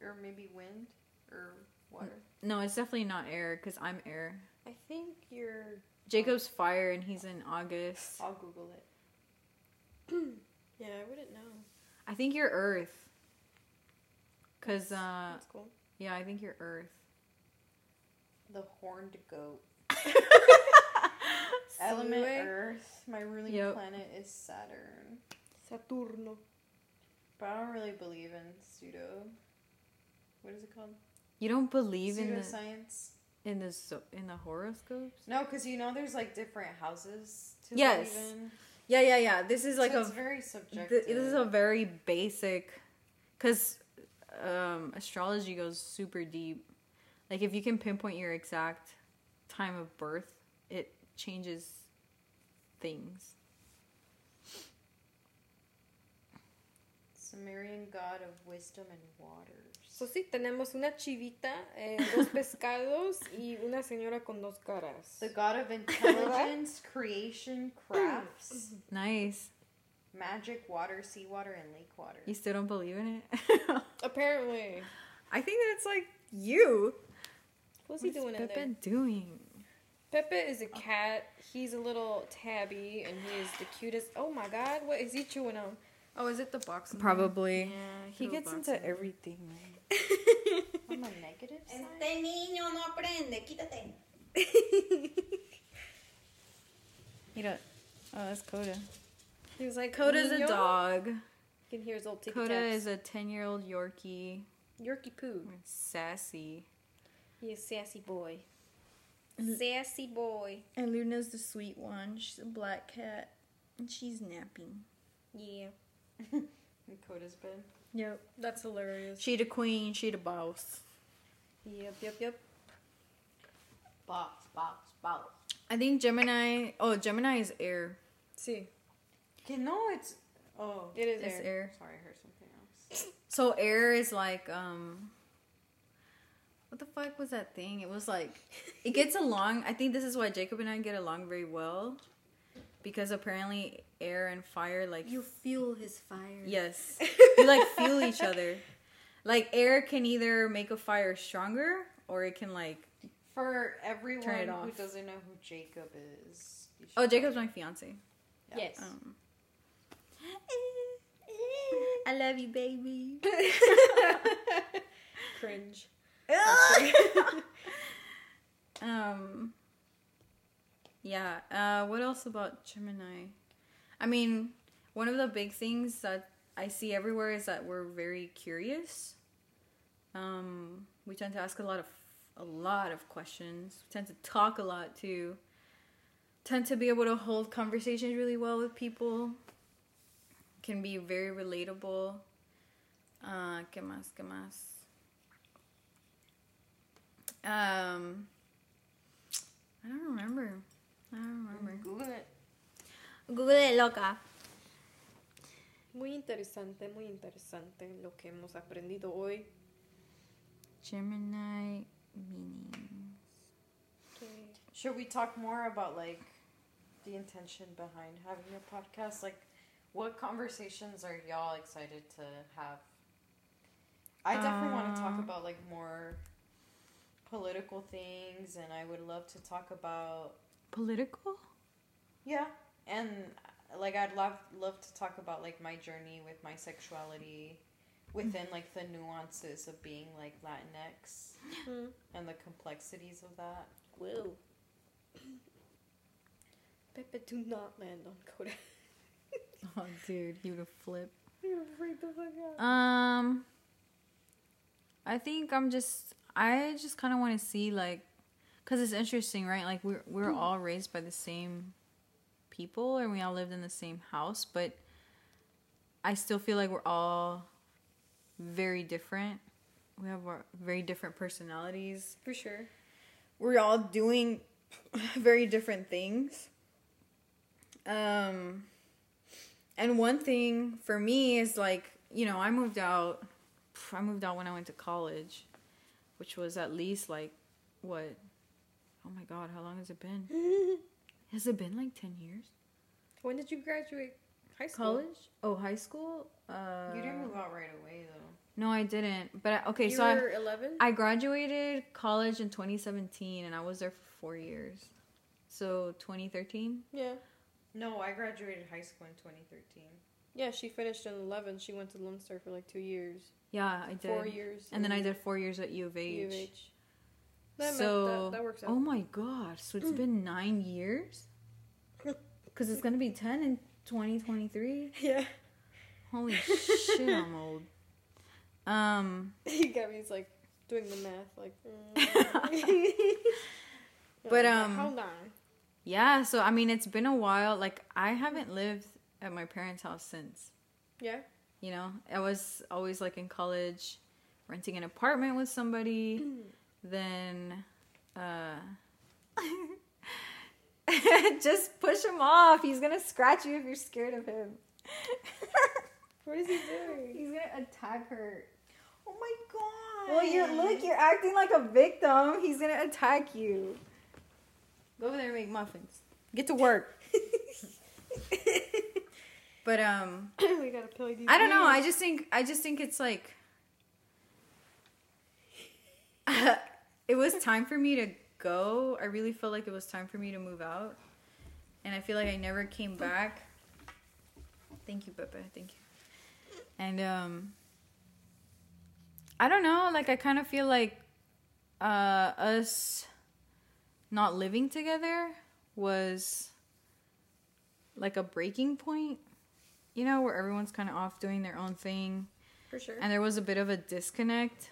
[SPEAKER 1] or maybe wind or water.
[SPEAKER 3] No, it's definitely not air because I'm air.
[SPEAKER 1] I think you're.
[SPEAKER 3] Jacob's fire and he's in August.
[SPEAKER 1] I'll Google it.
[SPEAKER 2] Yeah, I wouldn't know.
[SPEAKER 3] I think you're Earth. Cause uh,
[SPEAKER 2] That's cool.
[SPEAKER 3] yeah, I think you're Earth.
[SPEAKER 1] The horned goat.
[SPEAKER 2] So
[SPEAKER 1] Element
[SPEAKER 2] anyway-
[SPEAKER 1] Earth. My ruling
[SPEAKER 3] Yep.
[SPEAKER 1] planet is Saturn.
[SPEAKER 2] Saturno.
[SPEAKER 1] But I don't really believe in pseudo. What is it called?
[SPEAKER 3] You don't believe in the
[SPEAKER 1] Pseudoscience.
[SPEAKER 3] in the zo- in the horoscopes?
[SPEAKER 1] No, because you know there's like different houses to
[SPEAKER 3] Yes.
[SPEAKER 1] believe in.
[SPEAKER 3] Yeah, yeah, yeah. This is like
[SPEAKER 1] so
[SPEAKER 3] a
[SPEAKER 1] it's very
[SPEAKER 3] th-
[SPEAKER 1] subjective.
[SPEAKER 3] this is a very basic, because um, astrology goes super deep. Like if you can pinpoint your exact time of birth, it changes things.
[SPEAKER 1] Sumerian god of wisdom and waters.
[SPEAKER 2] So sí, tenemos una chivita, eh, dos pescados y una señora con dos caras.
[SPEAKER 1] The god of intelligence, creation, crafts,
[SPEAKER 3] Mm-hmm. Nice.
[SPEAKER 1] magic, water, seawater, and lake water.
[SPEAKER 3] You still don't believe in it?
[SPEAKER 2] Apparently.
[SPEAKER 3] I think that it's like you. Mm-hmm.
[SPEAKER 2] What's he doing in
[SPEAKER 3] Pepe Oh.
[SPEAKER 2] there?
[SPEAKER 3] doing?
[SPEAKER 2] Pepe is a cat. He's a little tabby, and he is the cutest. Oh my god, what is he chewing on?
[SPEAKER 3] Oh, is it the box? Probably. He gets into everything.
[SPEAKER 1] On the negative side?
[SPEAKER 4] Este niño no aprende, quítate.
[SPEAKER 3] He don't. Oh, that's Coda.
[SPEAKER 2] He's like
[SPEAKER 3] Coda's a
[SPEAKER 2] "Niño."
[SPEAKER 3] dog.
[SPEAKER 2] You can hear his old ticky
[SPEAKER 3] Coda
[SPEAKER 2] taps.
[SPEAKER 3] is Mm. a ten-year-old Yorkie.
[SPEAKER 2] Yorkie poo.
[SPEAKER 3] Sassy.
[SPEAKER 2] He is sassy boy.
[SPEAKER 3] Mm.
[SPEAKER 2] Sassy boy.
[SPEAKER 3] And Luna's the sweet one. She's a black cat, and she's napping.
[SPEAKER 2] Yeah.
[SPEAKER 1] In Coda's bed.
[SPEAKER 3] Yep.
[SPEAKER 2] That's hilarious.
[SPEAKER 3] She the queen. She the boss.
[SPEAKER 2] Yep, yep, yep.
[SPEAKER 1] Box, box, box.
[SPEAKER 3] I think Gemini. Oh, Gemini is air.
[SPEAKER 2] See,
[SPEAKER 1] Okay, no, it's. Oh.
[SPEAKER 2] it is
[SPEAKER 3] It's
[SPEAKER 2] there.
[SPEAKER 3] air.
[SPEAKER 1] Sorry, I heard something else.
[SPEAKER 3] So air is like um what the fuck was that thing? It was like it gets along. I think this is why Jacob and I get along very well because apparently air and fire like
[SPEAKER 4] You fuel his fire.
[SPEAKER 3] yes. we like fuel each other. Like air can either make a fire stronger or it can like
[SPEAKER 1] For everyone
[SPEAKER 3] it
[SPEAKER 1] who
[SPEAKER 3] off.
[SPEAKER 1] doesn't know who Jacob is. you
[SPEAKER 3] Oh,
[SPEAKER 1] should-
[SPEAKER 3] Jacob's my fiance.
[SPEAKER 1] Yeah.
[SPEAKER 2] Yes.
[SPEAKER 3] Um I love you, baby.
[SPEAKER 2] Cringe.
[SPEAKER 3] um yeah uh what else about gemini i mean one of the big things that i see everywhere is that we're very curious um we tend to ask a lot of a lot of questions we tend to talk a lot too tend to be able to hold conversations really well with people can be very relatable uh que más que más um, I don't remember. I don't remember.
[SPEAKER 1] Google it.
[SPEAKER 3] Google it, loca.
[SPEAKER 2] Muy interesante, muy interesante lo que hemos aprendido hoy.
[SPEAKER 3] Gemini meaning.
[SPEAKER 2] Que-
[SPEAKER 1] Should we talk more about like the intention behind having a podcast? Like, what conversations are y'all excited to have? I definitely want to talk
[SPEAKER 3] Um,
[SPEAKER 1] about like more political things, and I would love to talk about
[SPEAKER 3] Political?
[SPEAKER 1] yeah, and like I'd love love to talk about like my journey with my sexuality within like the nuances of being like Latinx
[SPEAKER 2] Mm.
[SPEAKER 1] and the complexities of that.
[SPEAKER 2] Whoa. Pepe, do not land on Coda.
[SPEAKER 3] Oh, dude, he would have flipped.
[SPEAKER 2] You're afraid the fuck out.
[SPEAKER 3] Um, I think I'm just. I just kind of want to see like, cause it's interesting, right? Like we're we're
[SPEAKER 1] Mm-hmm.
[SPEAKER 3] all raised by the same people, and we all lived in the same house, but I still feel like we're all very different. We have our very different personalities.
[SPEAKER 2] For sure.
[SPEAKER 3] We're all doing very different things. Um, and one thing for me is like, you know, I moved out. pff, I moved out when I went to college, which was at least like, what? Oh my God, how long has it been? has it been like 10 years?
[SPEAKER 2] When did you graduate? High school.
[SPEAKER 3] college? Oh, high school? Uh,
[SPEAKER 1] you didn't move out right away though.
[SPEAKER 3] No, I didn't. But I, okay,
[SPEAKER 2] you
[SPEAKER 3] so I,
[SPEAKER 2] were 11?
[SPEAKER 3] I graduated college in 2017 and I was there for four years. So 2013?
[SPEAKER 2] yeah.
[SPEAKER 1] No, I graduated high school in 2013.
[SPEAKER 2] Yeah, she finished in 11. She went to Lone Star for like two years.
[SPEAKER 3] Yeah, I did.
[SPEAKER 2] Four years.
[SPEAKER 3] And then I
[SPEAKER 2] in
[SPEAKER 3] did four years at U of H.
[SPEAKER 2] Mm. U of H. That, meant-
[SPEAKER 3] so,
[SPEAKER 2] that, that works out.
[SPEAKER 3] oh my gosh, so it's been nine years? Because it's going to be 10 in 2023.
[SPEAKER 2] yeah.
[SPEAKER 3] Holy shit, I'm old. Um,
[SPEAKER 2] You got me, it's like doing the math. Like, mm. Yeah, like,
[SPEAKER 3] But, um,
[SPEAKER 2] How long?
[SPEAKER 3] yeah, so I mean, it's been a while. Like, I haven't lived at my parents' house since.
[SPEAKER 2] Yeah.
[SPEAKER 3] You know, I was always like in college, renting an apartment with somebody.
[SPEAKER 1] Mm.
[SPEAKER 3] then, uh, just push him off. He's gonna scratch you if you're scared of him.
[SPEAKER 2] What is he doing?
[SPEAKER 3] He's gonna attack her.
[SPEAKER 1] Oh my god!
[SPEAKER 3] Well, you're look. You're acting like a victim. He's gonna attack you. Go over there and make muffins. Get to work. but um,
[SPEAKER 2] we gotta play these.
[SPEAKER 3] I don't know. I just think I just think it's like it was time for me to go. I really felt like it was time for me to move out, and I feel like I never came back. Thank you, Pepe. Thank you. And um, I don't know. Like I kind of feel like uh, us not living together was like a breaking point you know, where everyone's kind of off doing their own thing.
[SPEAKER 2] For sure.
[SPEAKER 3] And there was a bit of a disconnect.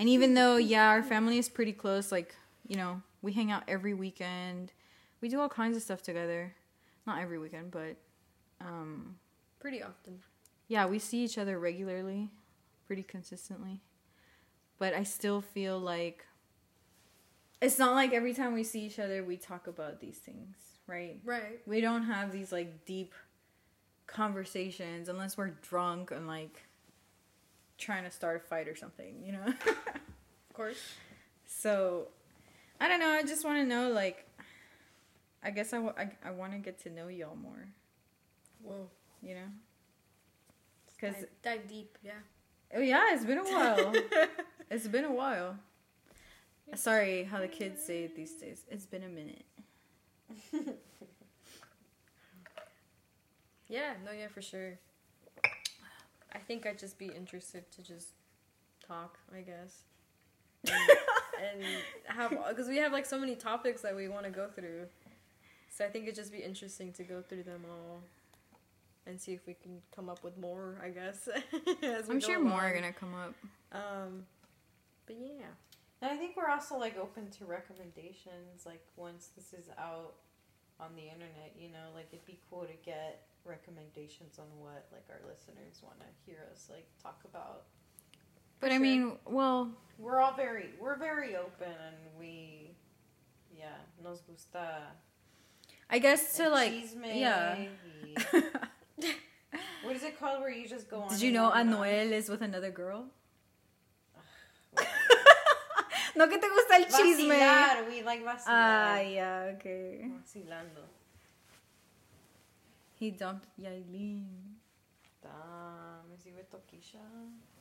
[SPEAKER 3] And even though, yeah, our family is pretty close, like, you know, we hang out every weekend. We do all kinds of stuff together. Not every weekend, but um,
[SPEAKER 2] Pretty often.
[SPEAKER 3] yeah, we see each other regularly, pretty consistently. But I still feel like it's not like every time we see each other, we talk about these things, right?
[SPEAKER 2] Right.
[SPEAKER 3] we don't have these like deep conversations unless we're drunk and like trying to start a fight or something, you know?
[SPEAKER 2] Of course.
[SPEAKER 3] so I don't know. I just want to know, like, I guess I want to get to know y'all more,
[SPEAKER 2] Whoa.
[SPEAKER 3] you know? Because,
[SPEAKER 2] dive deep. Yeah.
[SPEAKER 3] oh, yeah, it's been a while. it's been a while. Sorry how the kids say it these days. It's been a minute.
[SPEAKER 2] Yeah. No. Yeah. For sure. I think I'd just be interested to just talk. I guess. And, and have because we have like so many topics that we want to go through, so I think it'd just be interesting to go through them all. And see if we can come up with more, I guess. as we
[SPEAKER 3] I'm
[SPEAKER 2] go
[SPEAKER 3] sure more
[SPEAKER 2] along.
[SPEAKER 3] are going to come up.
[SPEAKER 2] Um, but yeah.
[SPEAKER 1] And I think we're also like open to recommendations. Like once this is out on the internet, you know, like it'd be cool to get recommendations on what like our listeners want to hear us like talk about.
[SPEAKER 3] But I
[SPEAKER 2] sure.
[SPEAKER 3] mean, well,
[SPEAKER 1] We're all very we're very open and we yeah, nos gusta.
[SPEAKER 3] I guess to
[SPEAKER 1] el
[SPEAKER 3] like,
[SPEAKER 1] chisme
[SPEAKER 3] yeah.
[SPEAKER 1] y- What is it called where you just go on?
[SPEAKER 3] Did you
[SPEAKER 1] and
[SPEAKER 3] know
[SPEAKER 1] on and on?
[SPEAKER 3] Anuel is with another girl? no que te gusta el chisme.
[SPEAKER 1] Vacilar, we like
[SPEAKER 3] Ah,
[SPEAKER 1] vacilar.
[SPEAKER 3] yeah, okay.
[SPEAKER 1] Vacilando.
[SPEAKER 3] He dumped Yailin.
[SPEAKER 1] Damn, is he with Tokisha?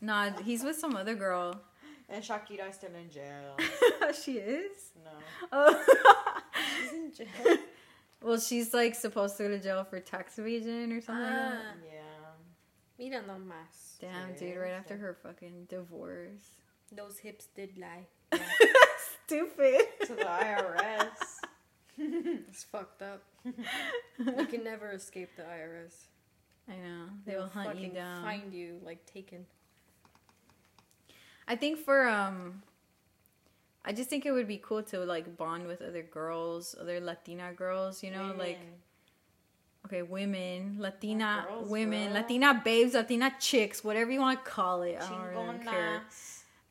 [SPEAKER 3] Nah, he's with some other girl.
[SPEAKER 1] And Shakira is still in jail.
[SPEAKER 3] she is?
[SPEAKER 1] No.
[SPEAKER 3] Oh.
[SPEAKER 2] She's in jail.
[SPEAKER 3] well, she's like supposed to go to jail for tax evasion or something like that.
[SPEAKER 2] Ah,
[SPEAKER 1] Yeah.
[SPEAKER 2] mira nomás.
[SPEAKER 3] Damn, dude, right after her fucking divorce.
[SPEAKER 2] Those hips did lie.
[SPEAKER 3] Stupid.
[SPEAKER 1] To the IRS.
[SPEAKER 2] It's fucked up. you can never escape the IRS.
[SPEAKER 3] I know. They will hunt you
[SPEAKER 2] fucking
[SPEAKER 3] down.
[SPEAKER 2] Find you like taken.
[SPEAKER 3] I think for um I just think it would be cool to like bond with other girls, other Latina girls, you know, like
[SPEAKER 1] Women.
[SPEAKER 3] okay, women, Latina
[SPEAKER 1] girls,
[SPEAKER 3] women,
[SPEAKER 1] girl.
[SPEAKER 3] Latina babes, Latina chicks, whatever you want to call it. I don't really care.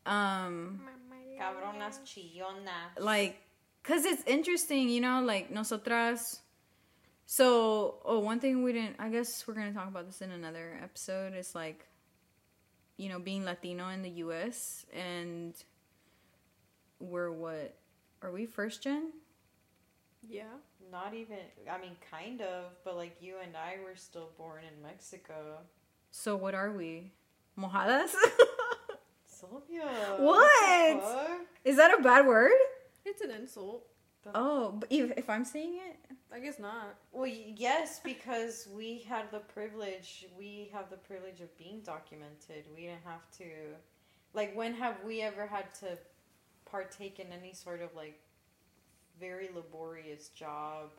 [SPEAKER 1] Chingonas.
[SPEAKER 3] Um
[SPEAKER 1] Cabronas chillonas.
[SPEAKER 3] like because it's interesting you know like nosotras so oh one thing we didn't i guess we're gonna talk about this in another episode is like you know being latino in the us and we're what are we first gen
[SPEAKER 2] Yeah.
[SPEAKER 1] Not even, I mean, kind of, but like you and I were still born in Mexico.
[SPEAKER 3] So what are we? Mojadas?
[SPEAKER 1] Sylvia.
[SPEAKER 3] What?
[SPEAKER 1] the fuck?
[SPEAKER 3] Is that a bad word?
[SPEAKER 2] It's an insult.
[SPEAKER 3] Oh, but if, if I'm saying it,
[SPEAKER 2] I guess not.
[SPEAKER 1] Well, y- yes, because we had the privilege. We have the privilege of being documented. We didn't have to. Like, when have we ever had to partake in any sort of like very laborious job,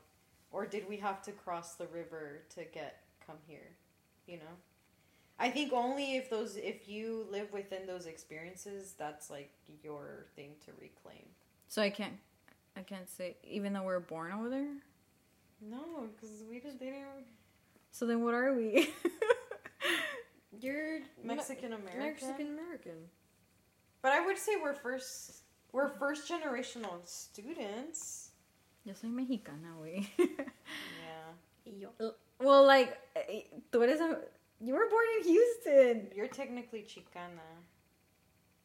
[SPEAKER 1] or did we have to cross the river to get come here? You know, I think only if those if you live within those experiences, that's like your thing to reclaim.
[SPEAKER 3] so I can't. I can't say even though we're born over there.
[SPEAKER 1] No, because we didn't. They didn't.
[SPEAKER 3] So then what are we?
[SPEAKER 2] You're
[SPEAKER 1] Mexican American.
[SPEAKER 2] Mexican American.
[SPEAKER 1] But I would say we're first we're first generational students.
[SPEAKER 3] Yo soy mexicana, güey.
[SPEAKER 1] Yeah.
[SPEAKER 3] well, like, eh, tú eres a, you were born in Houston.
[SPEAKER 1] You're technically Chicana.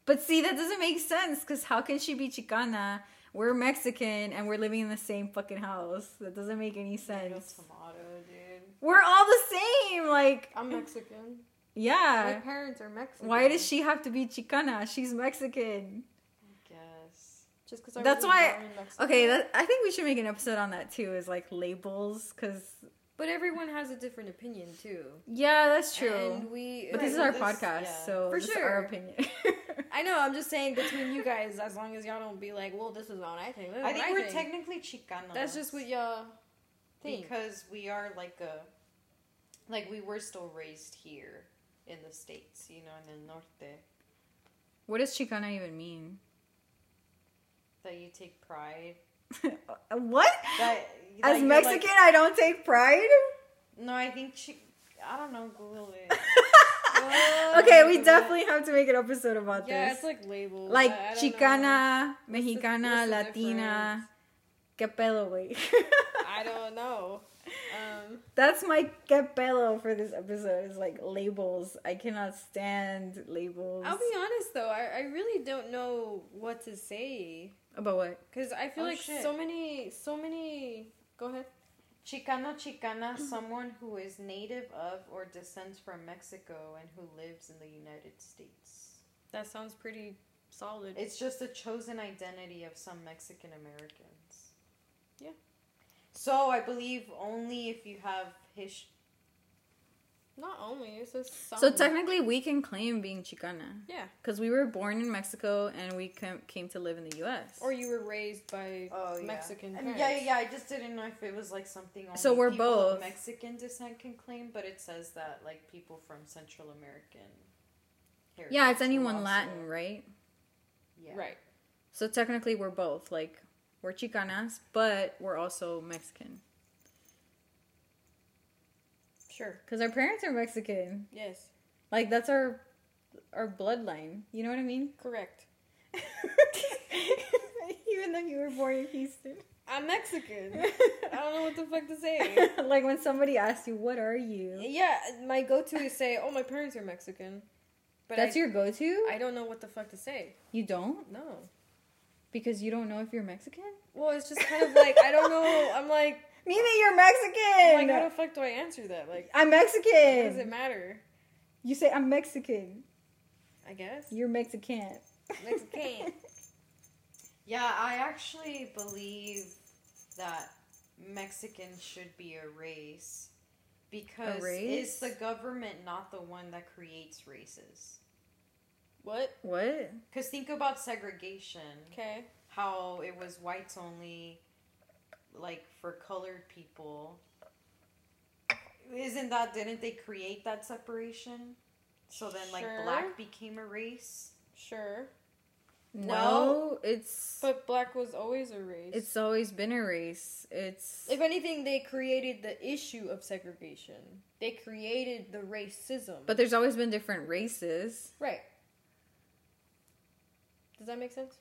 [SPEAKER 3] But see, that doesn't make sense because how can she be Chicana? We're Mexican and we're living in the same fucking house. That doesn't make any
[SPEAKER 1] Tomato,
[SPEAKER 3] sense.
[SPEAKER 1] tomato, dude.
[SPEAKER 3] We're all the same. Like,
[SPEAKER 2] I'm Mexican. My
[SPEAKER 3] yeah.
[SPEAKER 2] parents are Mexican.
[SPEAKER 3] Why does she have to be Chicana? She's Mexican.
[SPEAKER 1] Guess.
[SPEAKER 2] Just because I
[SPEAKER 3] That's
[SPEAKER 2] wasn't
[SPEAKER 3] why-
[SPEAKER 2] born in Mexico.
[SPEAKER 3] Okay, that, I think we should make an episode on that too. Is like labels, because
[SPEAKER 2] But everyone has a different opinion too.
[SPEAKER 3] yeah, that's true.
[SPEAKER 2] And we.
[SPEAKER 3] but this is
[SPEAKER 1] well,
[SPEAKER 3] our
[SPEAKER 1] this-
[SPEAKER 3] podcast,
[SPEAKER 1] yeah.
[SPEAKER 3] so
[SPEAKER 2] For
[SPEAKER 3] this is our
[SPEAKER 2] sure.
[SPEAKER 3] opinion.
[SPEAKER 2] I know. I'm just saying between you guys, as long as y'all don't be like, well, this is what I think. this is
[SPEAKER 1] I
[SPEAKER 2] what
[SPEAKER 1] think we're
[SPEAKER 2] think."
[SPEAKER 1] technically Chicana.
[SPEAKER 2] That's just what y'all think.
[SPEAKER 1] because we are like a like we were still raised here in the states, you know, in the norte.
[SPEAKER 3] what does Chicana even mean?
[SPEAKER 1] That you take pride.
[SPEAKER 3] what?
[SPEAKER 1] That that
[SPEAKER 3] As
[SPEAKER 1] you're,
[SPEAKER 3] Mexican,
[SPEAKER 1] Like,
[SPEAKER 3] I don't take pride.
[SPEAKER 1] no, I think chi- I don't know. Google it.
[SPEAKER 3] okay,
[SPEAKER 2] Oh,
[SPEAKER 3] we
[SPEAKER 2] but-
[SPEAKER 3] definitely have to make an episode about
[SPEAKER 2] Yeah, it's
[SPEAKER 3] this.
[SPEAKER 2] like labels.
[SPEAKER 3] Like
[SPEAKER 2] I- I don't know.
[SPEAKER 3] Chicana,
[SPEAKER 2] the-
[SPEAKER 3] Mexicana,
[SPEAKER 2] what's the
[SPEAKER 3] Latina. Que pelo, güey.
[SPEAKER 2] I don't know. Um,
[SPEAKER 3] That's my que pelo for this episode. Is like labels. I cannot stand labels.
[SPEAKER 2] I'll be honest though, I, I really don't know what to say
[SPEAKER 3] About what?
[SPEAKER 2] because I feel
[SPEAKER 1] Oh,
[SPEAKER 2] like
[SPEAKER 1] shit.
[SPEAKER 2] so many, so many. Go ahead.
[SPEAKER 1] Chicano Chicana,
[SPEAKER 3] Mm-hmm.
[SPEAKER 1] someone who is native of or descends from Mexico and who lives in the United States.
[SPEAKER 2] That sounds pretty solid.
[SPEAKER 1] It's just a chosen identity of some Mexican Americans.
[SPEAKER 2] Yeah.
[SPEAKER 1] So I believe only if you have his.
[SPEAKER 2] Not only it's just some,
[SPEAKER 3] So technically, we can claim being Chicana
[SPEAKER 2] yeah,
[SPEAKER 3] because we were born in Mexico and we came, came to live in the U.S.
[SPEAKER 2] or you were raised by
[SPEAKER 1] Oh, yeah.
[SPEAKER 2] Mexican
[SPEAKER 1] I mean,
[SPEAKER 2] parents.
[SPEAKER 1] yeah, yeah, yeah. I just didn't know if it was like something. Only
[SPEAKER 3] So we're
[SPEAKER 1] people of
[SPEAKER 3] both.
[SPEAKER 1] Mexican descent can claim, but it says that like people from Central American. heritage
[SPEAKER 3] yeah, it's
[SPEAKER 1] can
[SPEAKER 3] anyone
[SPEAKER 1] also-
[SPEAKER 3] Latin, right?
[SPEAKER 1] Yeah.
[SPEAKER 2] Right.
[SPEAKER 3] So technically, we're both like we're Chicanas, but we're also Mexican
[SPEAKER 2] Sure.
[SPEAKER 3] because our parents are Mexican.
[SPEAKER 2] Yes.
[SPEAKER 3] Like that's our our bloodline. You know what I mean?
[SPEAKER 2] Correct.
[SPEAKER 3] Even though you were born in Houston.
[SPEAKER 2] I'm Mexican. I don't know what the fuck to say.
[SPEAKER 3] like when somebody asks you, "What are you?"
[SPEAKER 2] yeah, my go-to is say, "Oh, my parents are Mexican," but
[SPEAKER 3] That's
[SPEAKER 2] I,
[SPEAKER 3] your go-to.
[SPEAKER 2] I don't know what the fuck to say.
[SPEAKER 3] you don't
[SPEAKER 2] No.
[SPEAKER 3] because you don't know if you're Mexican.
[SPEAKER 2] Well, it's just kind of like I don't know. I'm like,
[SPEAKER 3] Me that you're
[SPEAKER 2] like
[SPEAKER 3] Mexican.
[SPEAKER 2] how the fuck do I answer that? Like,
[SPEAKER 3] Oh I'm
[SPEAKER 2] what does it
[SPEAKER 3] Mexican.
[SPEAKER 2] matter?
[SPEAKER 3] You say I'm Mexican.
[SPEAKER 2] I guess.
[SPEAKER 3] You're Mexican.
[SPEAKER 2] Mexican.
[SPEAKER 1] Yeah, I actually believe that Mexicans should be a race because
[SPEAKER 3] race?
[SPEAKER 1] is the government not the one that creates races?
[SPEAKER 2] What?
[SPEAKER 3] what?
[SPEAKER 1] Because think about segregation,
[SPEAKER 2] Okay.
[SPEAKER 1] how it was whites only, like for colored people. Isn't that, didn't they create that separation? So then, like,
[SPEAKER 2] Sure.
[SPEAKER 1] black became a race?
[SPEAKER 2] Sure.
[SPEAKER 3] No,
[SPEAKER 1] Well,
[SPEAKER 3] it's
[SPEAKER 2] But black was always a race.
[SPEAKER 3] it's always been a race. It's
[SPEAKER 2] if anything, they created the issue of segregation. They created the racism.
[SPEAKER 3] but there's always been different races.
[SPEAKER 2] right. Does that make sense?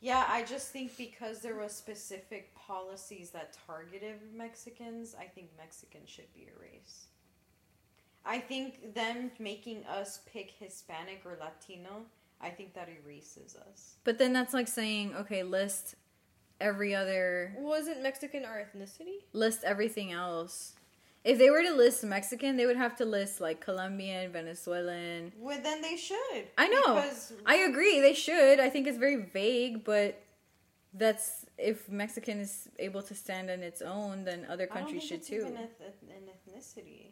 [SPEAKER 1] Yeah, I just think because there was specific policies that targeted Mexicans, I think Mexicans should be erased. I think them making us pick Hispanic or Latino, I think that erases us.
[SPEAKER 3] But then that's like saying, okay, list every other
[SPEAKER 2] Wasn't Mexican our ethnicity?
[SPEAKER 3] list everything else. If they were to list Mexican, they would have to list like Colombian, Venezuelan.
[SPEAKER 1] Well, then they should.
[SPEAKER 3] I know.
[SPEAKER 1] Because
[SPEAKER 3] I agree, they should. I think it's very vague, but that's if Mexican is able to stand on its own, then other
[SPEAKER 1] I don't
[SPEAKER 3] countries
[SPEAKER 1] think
[SPEAKER 3] should
[SPEAKER 1] it's
[SPEAKER 3] too.
[SPEAKER 1] Even eth- eth- an ethnicity.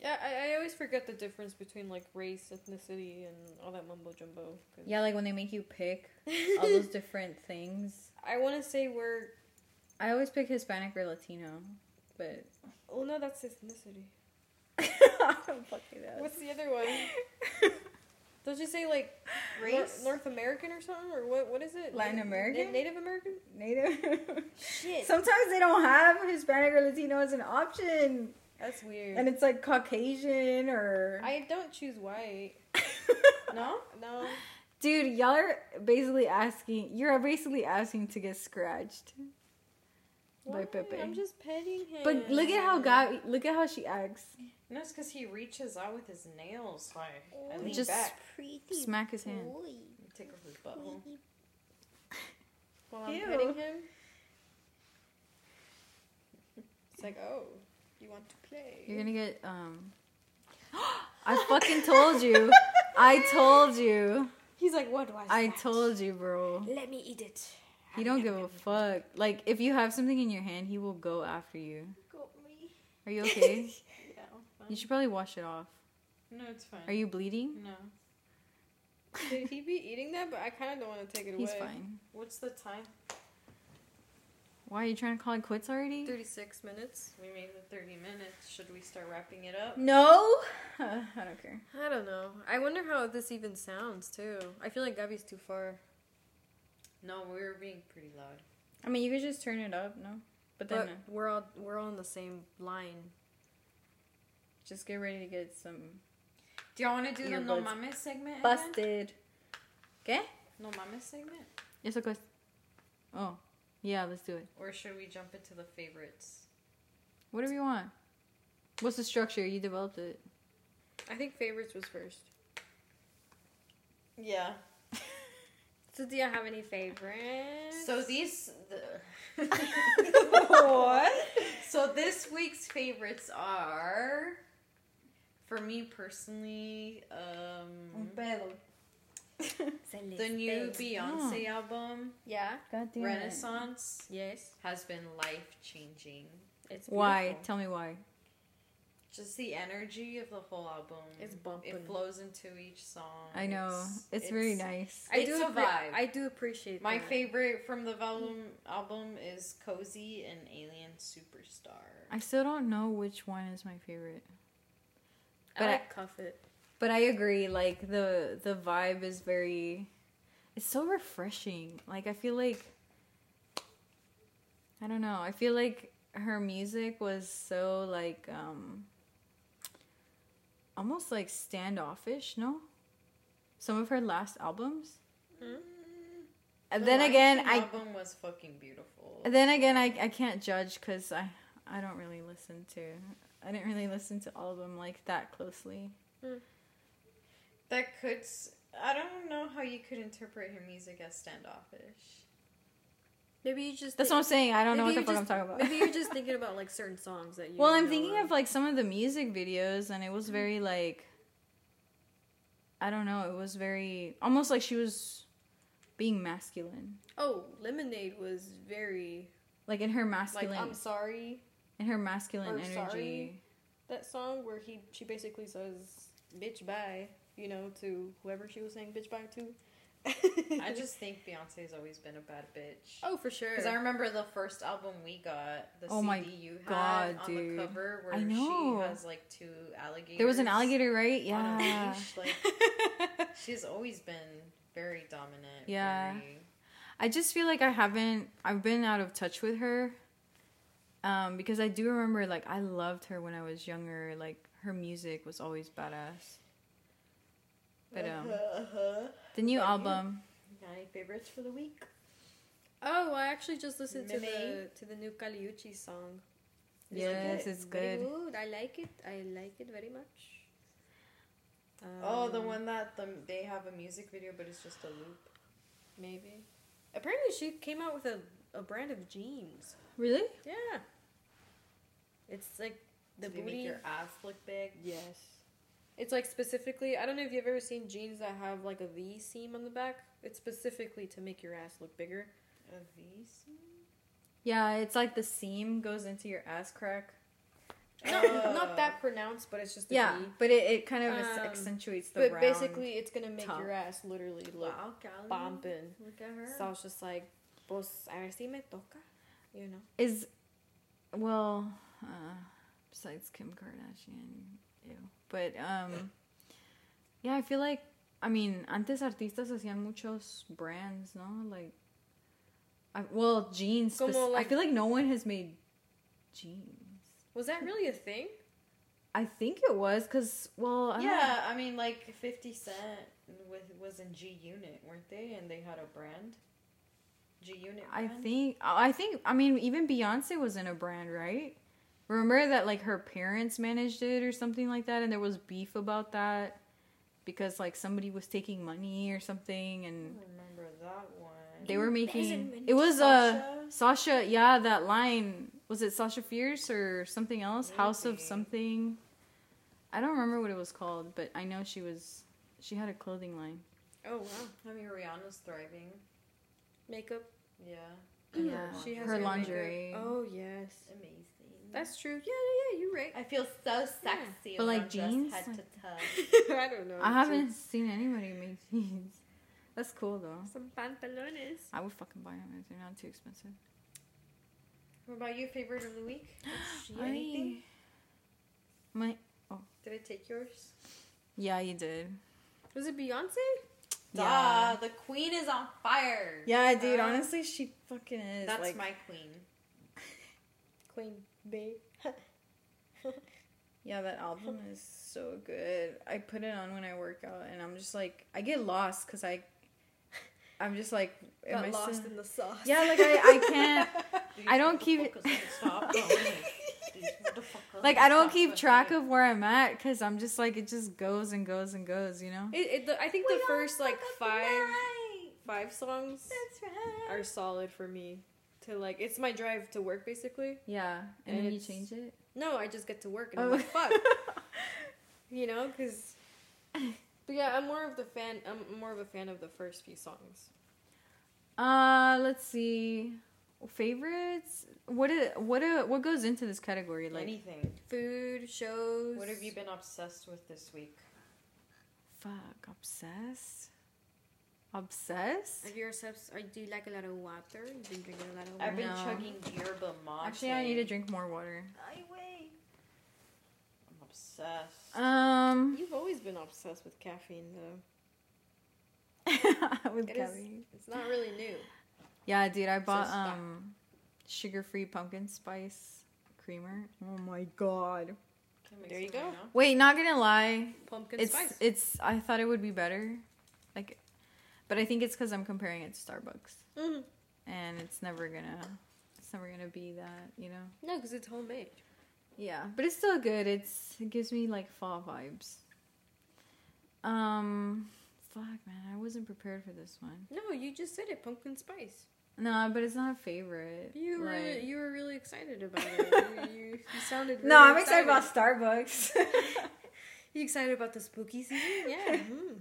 [SPEAKER 2] Yeah, I, I always forget the difference between like race, ethnicity, and all that mumbo jumbo. 'cause-
[SPEAKER 3] Yeah, like when they make you pick all those different things.
[SPEAKER 2] I want to say we're.
[SPEAKER 3] I always pick Hispanic or Latino, but
[SPEAKER 2] Oh no, that's ethnicity.
[SPEAKER 3] I'm fucking up.
[SPEAKER 2] What's the other one? Don't you say like Nor-
[SPEAKER 1] Race?
[SPEAKER 2] North American or something, or what? What is it?
[SPEAKER 3] Latin
[SPEAKER 2] Na-
[SPEAKER 3] American?
[SPEAKER 2] Native American?
[SPEAKER 3] Native.
[SPEAKER 2] Shit,
[SPEAKER 3] Sometimes they don't have Hispanic or Latino as an option,
[SPEAKER 2] that's weird.
[SPEAKER 3] and it's like Caucasian or
[SPEAKER 2] I don't choose white.
[SPEAKER 1] no?
[SPEAKER 2] No,
[SPEAKER 3] Dude, y'all are basically asking. You're basically asking to get scratched by
[SPEAKER 2] Why?
[SPEAKER 3] Pepe.
[SPEAKER 2] I'm just petting him.
[SPEAKER 3] but look at how God. Look at how she acts.
[SPEAKER 1] No, it's because he reaches out with his nails. So I, I lean
[SPEAKER 3] Just
[SPEAKER 1] back
[SPEAKER 4] Pretty
[SPEAKER 3] Smack his hand.
[SPEAKER 4] boy.
[SPEAKER 1] and tickle his butthole.
[SPEAKER 2] While I'm
[SPEAKER 3] Ew.
[SPEAKER 2] petting him, it's like, oh, you want to play?
[SPEAKER 3] You're gonna get. Um. I fucking told you. I told you.
[SPEAKER 2] He's like, what was
[SPEAKER 3] I
[SPEAKER 2] that?
[SPEAKER 3] told you, bro.
[SPEAKER 4] Let me eat it.
[SPEAKER 3] He don't give a fuck. Like if you have something in your hand, he will go after you.
[SPEAKER 4] Got me.
[SPEAKER 3] Are you okay?
[SPEAKER 1] Yeah, fine.
[SPEAKER 3] you should probably wash it off.
[SPEAKER 1] No, it's fine.
[SPEAKER 3] Are you bleeding?
[SPEAKER 1] No.
[SPEAKER 2] Did he be eating that? But I kind of don't want to take it away.
[SPEAKER 3] He's fine.
[SPEAKER 1] What's the time?
[SPEAKER 3] Why are you trying to call it quits already?
[SPEAKER 2] Thirty-six minutes.
[SPEAKER 1] We made the 30 minutes. Should we start wrapping it up?
[SPEAKER 3] No, I don't care.
[SPEAKER 2] I don't know. I wonder how this even sounds too. I feel like Gabby's too far.
[SPEAKER 1] No, we were being pretty loud.
[SPEAKER 3] I mean, you could just turn it up, no? But then
[SPEAKER 2] But
[SPEAKER 3] uh,
[SPEAKER 2] we're all we're all on the same line.
[SPEAKER 3] just get ready to get some
[SPEAKER 1] Do y'all want to do the No
[SPEAKER 3] Earbuds.
[SPEAKER 1] Mames segment? again?
[SPEAKER 3] busted.
[SPEAKER 1] No Mames segment?
[SPEAKER 3] Yes, of course. Oh, yeah, let's do it.
[SPEAKER 1] Or should we jump into the favorites?
[SPEAKER 3] Whatever you want. What's the structure? You developed it.
[SPEAKER 2] I think favorites was first.
[SPEAKER 1] Yeah.
[SPEAKER 2] So do you have any favorites?
[SPEAKER 1] So these. The... So this week's favorites are. For me personally, um, the new Beyonce album,
[SPEAKER 2] Yeah.
[SPEAKER 3] God damn
[SPEAKER 1] Renaissance,
[SPEAKER 2] Yes.
[SPEAKER 1] has been life changing.
[SPEAKER 2] It's
[SPEAKER 3] Why?
[SPEAKER 2] beautiful.
[SPEAKER 3] Tell me why.
[SPEAKER 1] Just the energy of the whole album.
[SPEAKER 2] It's bumping.
[SPEAKER 1] It flows into each song.
[SPEAKER 3] I know. It's, really nice.
[SPEAKER 2] I
[SPEAKER 1] It's
[SPEAKER 2] do
[SPEAKER 1] a
[SPEAKER 2] appre-
[SPEAKER 1] vibe.
[SPEAKER 2] I do appreciate
[SPEAKER 1] My
[SPEAKER 2] that.
[SPEAKER 1] favorite from the album album is Cozy and Alien Superstar.
[SPEAKER 3] I still don't know which one is my favorite.
[SPEAKER 2] I
[SPEAKER 3] but
[SPEAKER 2] like cuff it.
[SPEAKER 3] But I agree. Like the the vibe is very. It's so refreshing. Like I feel like. I don't know. I feel like her music was so like um. Almost like standoffish, no. Some of her last albums. And
[SPEAKER 1] Mm. The
[SPEAKER 3] then
[SPEAKER 1] Lion
[SPEAKER 3] again,
[SPEAKER 1] King
[SPEAKER 3] I
[SPEAKER 1] album was fucking beautiful.
[SPEAKER 3] then again I I can't judge because I I don't really listen to I didn't really listen to all of them like that closely.
[SPEAKER 1] That could. s- I don't know how you could interpret her music as standoffish.
[SPEAKER 2] Maybe you just
[SPEAKER 3] That's what I'm
[SPEAKER 2] think-
[SPEAKER 3] saying. I don't know what
[SPEAKER 2] maybe
[SPEAKER 3] the
[SPEAKER 2] you
[SPEAKER 3] fuck I'm
[SPEAKER 2] just-
[SPEAKER 3] talking about.
[SPEAKER 2] Maybe you're just thinking about like certain songs that you.
[SPEAKER 3] Well,
[SPEAKER 2] know
[SPEAKER 3] I'm
[SPEAKER 2] Mm-hmm.
[SPEAKER 3] thinking of like some of the music videos, and it was very like, I don't know, it was very almost like she was being masculine,
[SPEAKER 2] Oh, Lemonade was very
[SPEAKER 3] like in her
[SPEAKER 2] like
[SPEAKER 3] masculine,
[SPEAKER 2] I'm sorry.
[SPEAKER 3] in her masculine
[SPEAKER 2] or
[SPEAKER 3] energy.
[SPEAKER 2] sorry. that song where he she basically says bitch bye you know to whoever she was saying bitch bye to
[SPEAKER 1] I just think Beyonce's always been a bad bitch.
[SPEAKER 2] oh for sure
[SPEAKER 1] Because I remember the first album we got, the
[SPEAKER 3] Oh
[SPEAKER 1] CD
[SPEAKER 3] my
[SPEAKER 1] you had
[SPEAKER 3] God,
[SPEAKER 1] on
[SPEAKER 3] dude.
[SPEAKER 1] the cover, where
[SPEAKER 3] I know.
[SPEAKER 1] she has like two alligators.
[SPEAKER 3] There was an alligator, right?
[SPEAKER 2] Ah.
[SPEAKER 1] on a
[SPEAKER 3] Yeah.
[SPEAKER 1] leash, like, she's always been very dominant.
[SPEAKER 3] Yeah.
[SPEAKER 1] very-
[SPEAKER 3] I just feel like I haven't. I've been out of touch with her, um, because I do remember like I loved her when I was younger. Like her music was always badass. But um,
[SPEAKER 1] uh-huh.
[SPEAKER 3] the new
[SPEAKER 1] Thank you.
[SPEAKER 3] album.
[SPEAKER 1] Got any favorites for the week?
[SPEAKER 2] oh I actually just listened to the
[SPEAKER 1] Mimi.
[SPEAKER 2] to the new Kaliuchi song It's
[SPEAKER 3] Yes,
[SPEAKER 2] good.
[SPEAKER 3] it's
[SPEAKER 2] Very
[SPEAKER 3] good.
[SPEAKER 2] good. I like it I like it very much
[SPEAKER 1] oh, the
[SPEAKER 2] Um,
[SPEAKER 1] one that the, they have a music video, but it's just a loop.
[SPEAKER 2] maybe apparently she came out with a a brand of jeans.
[SPEAKER 3] Really?
[SPEAKER 2] Yeah. It's like the
[SPEAKER 1] The they
[SPEAKER 2] booty.
[SPEAKER 1] make your ass look big.
[SPEAKER 2] Yes. It's like specifically, I don't know if you've ever seen jeans that have like a V seam on the back. It's specifically to make your ass look bigger.
[SPEAKER 1] A V seam?
[SPEAKER 3] Yeah, it's like the seam goes into your ass crack.
[SPEAKER 2] Not,
[SPEAKER 1] Oh.
[SPEAKER 2] not that pronounced, but it's just a
[SPEAKER 3] Yeah,
[SPEAKER 2] V.
[SPEAKER 3] but it, it kind of
[SPEAKER 2] Um,
[SPEAKER 3] accentuates the
[SPEAKER 2] But
[SPEAKER 3] round.
[SPEAKER 2] basically, it's gonna make
[SPEAKER 3] top.
[SPEAKER 2] your ass literally look
[SPEAKER 1] Wow, Callie.
[SPEAKER 2] bumping.
[SPEAKER 1] Look at her.
[SPEAKER 2] So I was just like, pues, a ver si me toca. You know?
[SPEAKER 3] is well uh, besides kim kardashian ew. but um yeah i feel like i mean antes artistas hacían muchos brands no like I, well jeans
[SPEAKER 2] Como,
[SPEAKER 3] spec-
[SPEAKER 2] like-
[SPEAKER 3] i feel like no one has made jeans
[SPEAKER 2] Was that really a thing?
[SPEAKER 3] i think it was because well I don't know.
[SPEAKER 1] yeah, I mean, like 50 Cent with, was in G Unit, weren't they? And they had a brand. G Unit.
[SPEAKER 3] I think oh, I think I mean even Beyonce was in a brand, right? Remember that like her parents managed it or something like that, and there was beef about that because like somebody was taking money or something,
[SPEAKER 1] I
[SPEAKER 3] and
[SPEAKER 1] don't remember that one.
[SPEAKER 3] they were making
[SPEAKER 4] Embezzlement.
[SPEAKER 3] it was uh, Sasha. Yeah, that line was it Sasha Fierce or something else? House of
[SPEAKER 1] Maybe.
[SPEAKER 3] something. I don't remember what it was called, but I know she was she had a clothing line.
[SPEAKER 2] Oh wow.
[SPEAKER 1] I mean, Rihanna's thriving.
[SPEAKER 2] Makeup.
[SPEAKER 1] Yeah.
[SPEAKER 3] Yeah,
[SPEAKER 2] She has
[SPEAKER 3] her
[SPEAKER 2] makeup.
[SPEAKER 3] lingerie.
[SPEAKER 2] Oh yes.
[SPEAKER 1] Amazing.
[SPEAKER 2] That's true. Yeah, yeah, yeah, you're right.
[SPEAKER 1] I feel so sexy.
[SPEAKER 3] But, like,
[SPEAKER 1] around just
[SPEAKER 3] jeans?
[SPEAKER 1] Head to toe.
[SPEAKER 2] I don't know.
[SPEAKER 3] I haven't seen anybody make jeans. That's cool though.
[SPEAKER 2] Some pantalones.
[SPEAKER 3] I would fucking buy them if they're not too expensive.
[SPEAKER 1] What about you? Favorite of the week?
[SPEAKER 2] She
[SPEAKER 1] anything?
[SPEAKER 3] My
[SPEAKER 1] Did I take yours?
[SPEAKER 3] yeah, you did.
[SPEAKER 2] Was it Beyonce?
[SPEAKER 1] Duh, the queen is on fire.
[SPEAKER 3] Yeah, dude.
[SPEAKER 1] Uh,
[SPEAKER 3] honestly, she fucking is.
[SPEAKER 1] That's
[SPEAKER 3] like,
[SPEAKER 1] my queen.
[SPEAKER 2] Queen B.
[SPEAKER 3] Yeah, that album is so good. I put it on when I work out, and I'm just like, I get lost because I, I'm just like, am I
[SPEAKER 2] Got lost
[SPEAKER 3] still-
[SPEAKER 2] in the sauce.
[SPEAKER 3] yeah, like I, I can't.
[SPEAKER 1] These
[SPEAKER 3] I don't keep it-
[SPEAKER 1] motherfuckers don't stop going. These motherfuckers
[SPEAKER 3] Like
[SPEAKER 1] don't
[SPEAKER 3] I don't
[SPEAKER 1] stop
[SPEAKER 3] keep
[SPEAKER 1] going.
[SPEAKER 3] track of where I'm at because I'm just like it just goes and goes and goes, you know.
[SPEAKER 2] It, it, the, I think
[SPEAKER 1] We
[SPEAKER 2] the
[SPEAKER 1] all
[SPEAKER 2] first like
[SPEAKER 1] fuck up
[SPEAKER 2] five
[SPEAKER 1] tonight.
[SPEAKER 2] five songs
[SPEAKER 1] That's right.
[SPEAKER 2] are solid for me. To like, it's my drive to work basically.
[SPEAKER 3] Yeah, and,
[SPEAKER 2] And
[SPEAKER 3] then you
[SPEAKER 2] it's-
[SPEAKER 3] change it.
[SPEAKER 2] No, I just get to work and I'm like, fuck, you know, because. But yeah, I'm more of the fan. I'm more of a fan of the first few songs.
[SPEAKER 3] Uh, let's see. Favorites? What i- what i- what goes into this category? Like
[SPEAKER 1] Anything.
[SPEAKER 2] Food shows.
[SPEAKER 1] What have you been obsessed with this week?
[SPEAKER 3] fuck, obsessed? Obsessed?
[SPEAKER 2] Have you obsessed? Or do you like a lot of water? You've been drinking a lot of
[SPEAKER 1] I've
[SPEAKER 2] water.
[SPEAKER 3] No.
[SPEAKER 1] been chugging yerba mate.
[SPEAKER 3] Actually, I need to drink more water.
[SPEAKER 1] I wait. I'm obsessed.
[SPEAKER 3] Um,
[SPEAKER 2] You've always been obsessed with caffeine, though.
[SPEAKER 3] with
[SPEAKER 2] It is-
[SPEAKER 3] Kelly.
[SPEAKER 2] It's not really new.
[SPEAKER 3] Yeah, dude, I bought
[SPEAKER 1] stuck.
[SPEAKER 3] um sugar-free pumpkin spice creamer. Oh my god.
[SPEAKER 1] That makes
[SPEAKER 2] There you
[SPEAKER 1] me
[SPEAKER 2] go.
[SPEAKER 1] know.
[SPEAKER 3] Wait, not gonna lie,
[SPEAKER 2] Pumpkin
[SPEAKER 3] it's
[SPEAKER 2] spice.
[SPEAKER 3] it's. I thought it would be better, like, but I think it's because I'm comparing it to Starbucks,
[SPEAKER 2] Mhm.
[SPEAKER 3] and it's never gonna, it's never gonna be that, you know.
[SPEAKER 2] No, because it's homemade.
[SPEAKER 3] Yeah, but it's still good. It's it gives me like fall vibes. Um, fuck, man, I wasn't prepared for this one.
[SPEAKER 2] No, you just said it. Pumpkin spice.
[SPEAKER 3] No, but it's not a favorite.
[SPEAKER 2] You were
[SPEAKER 3] Like-
[SPEAKER 2] you were really excited about it. you, you, you sounded. Really
[SPEAKER 3] no, I'm excited about Starbucks.
[SPEAKER 2] You excited about the spooky season? Yeah. mhm.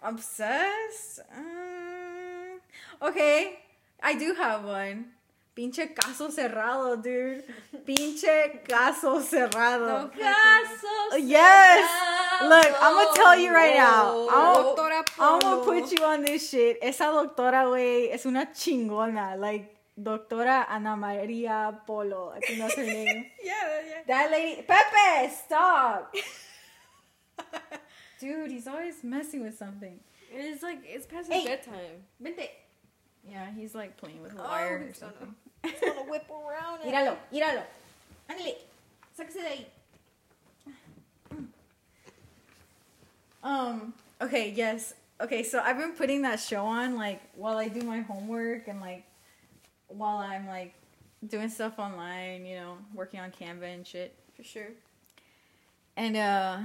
[SPEAKER 3] Obsessed. Um, okay, I do have one. Pinche caso cerrado, dude. Pinche caso cerrado.
[SPEAKER 1] Caso
[SPEAKER 3] Oh, Yes. Look, I'm gonna tell you right now. I'm,
[SPEAKER 2] Doctora
[SPEAKER 3] I'm
[SPEAKER 2] Polo.
[SPEAKER 3] gonna put you on this shit. Esa doctora, güey, es una chingona. Like, doctora Ana Maria Polo. I think that's her name.
[SPEAKER 2] Yeah, yeah.
[SPEAKER 3] That lady. Pepe, stop. Dude, he's always messing with something.
[SPEAKER 2] It's like it's past
[SPEAKER 3] Hey.
[SPEAKER 2] his bedtime.
[SPEAKER 1] Vente.
[SPEAKER 3] Yeah, he's like playing with a
[SPEAKER 2] wire
[SPEAKER 3] wire
[SPEAKER 2] or
[SPEAKER 3] or something.
[SPEAKER 2] something.
[SPEAKER 4] gonna whip around it.
[SPEAKER 3] Míralo, míralo.
[SPEAKER 4] Ándale, sáquese de ahí.
[SPEAKER 3] Um. Okay. Yes. Okay. So I've been putting that show on like while I do my homework and like while I'm like doing stuff online, you know, working on Canva and shit.
[SPEAKER 2] For sure.
[SPEAKER 3] And uh,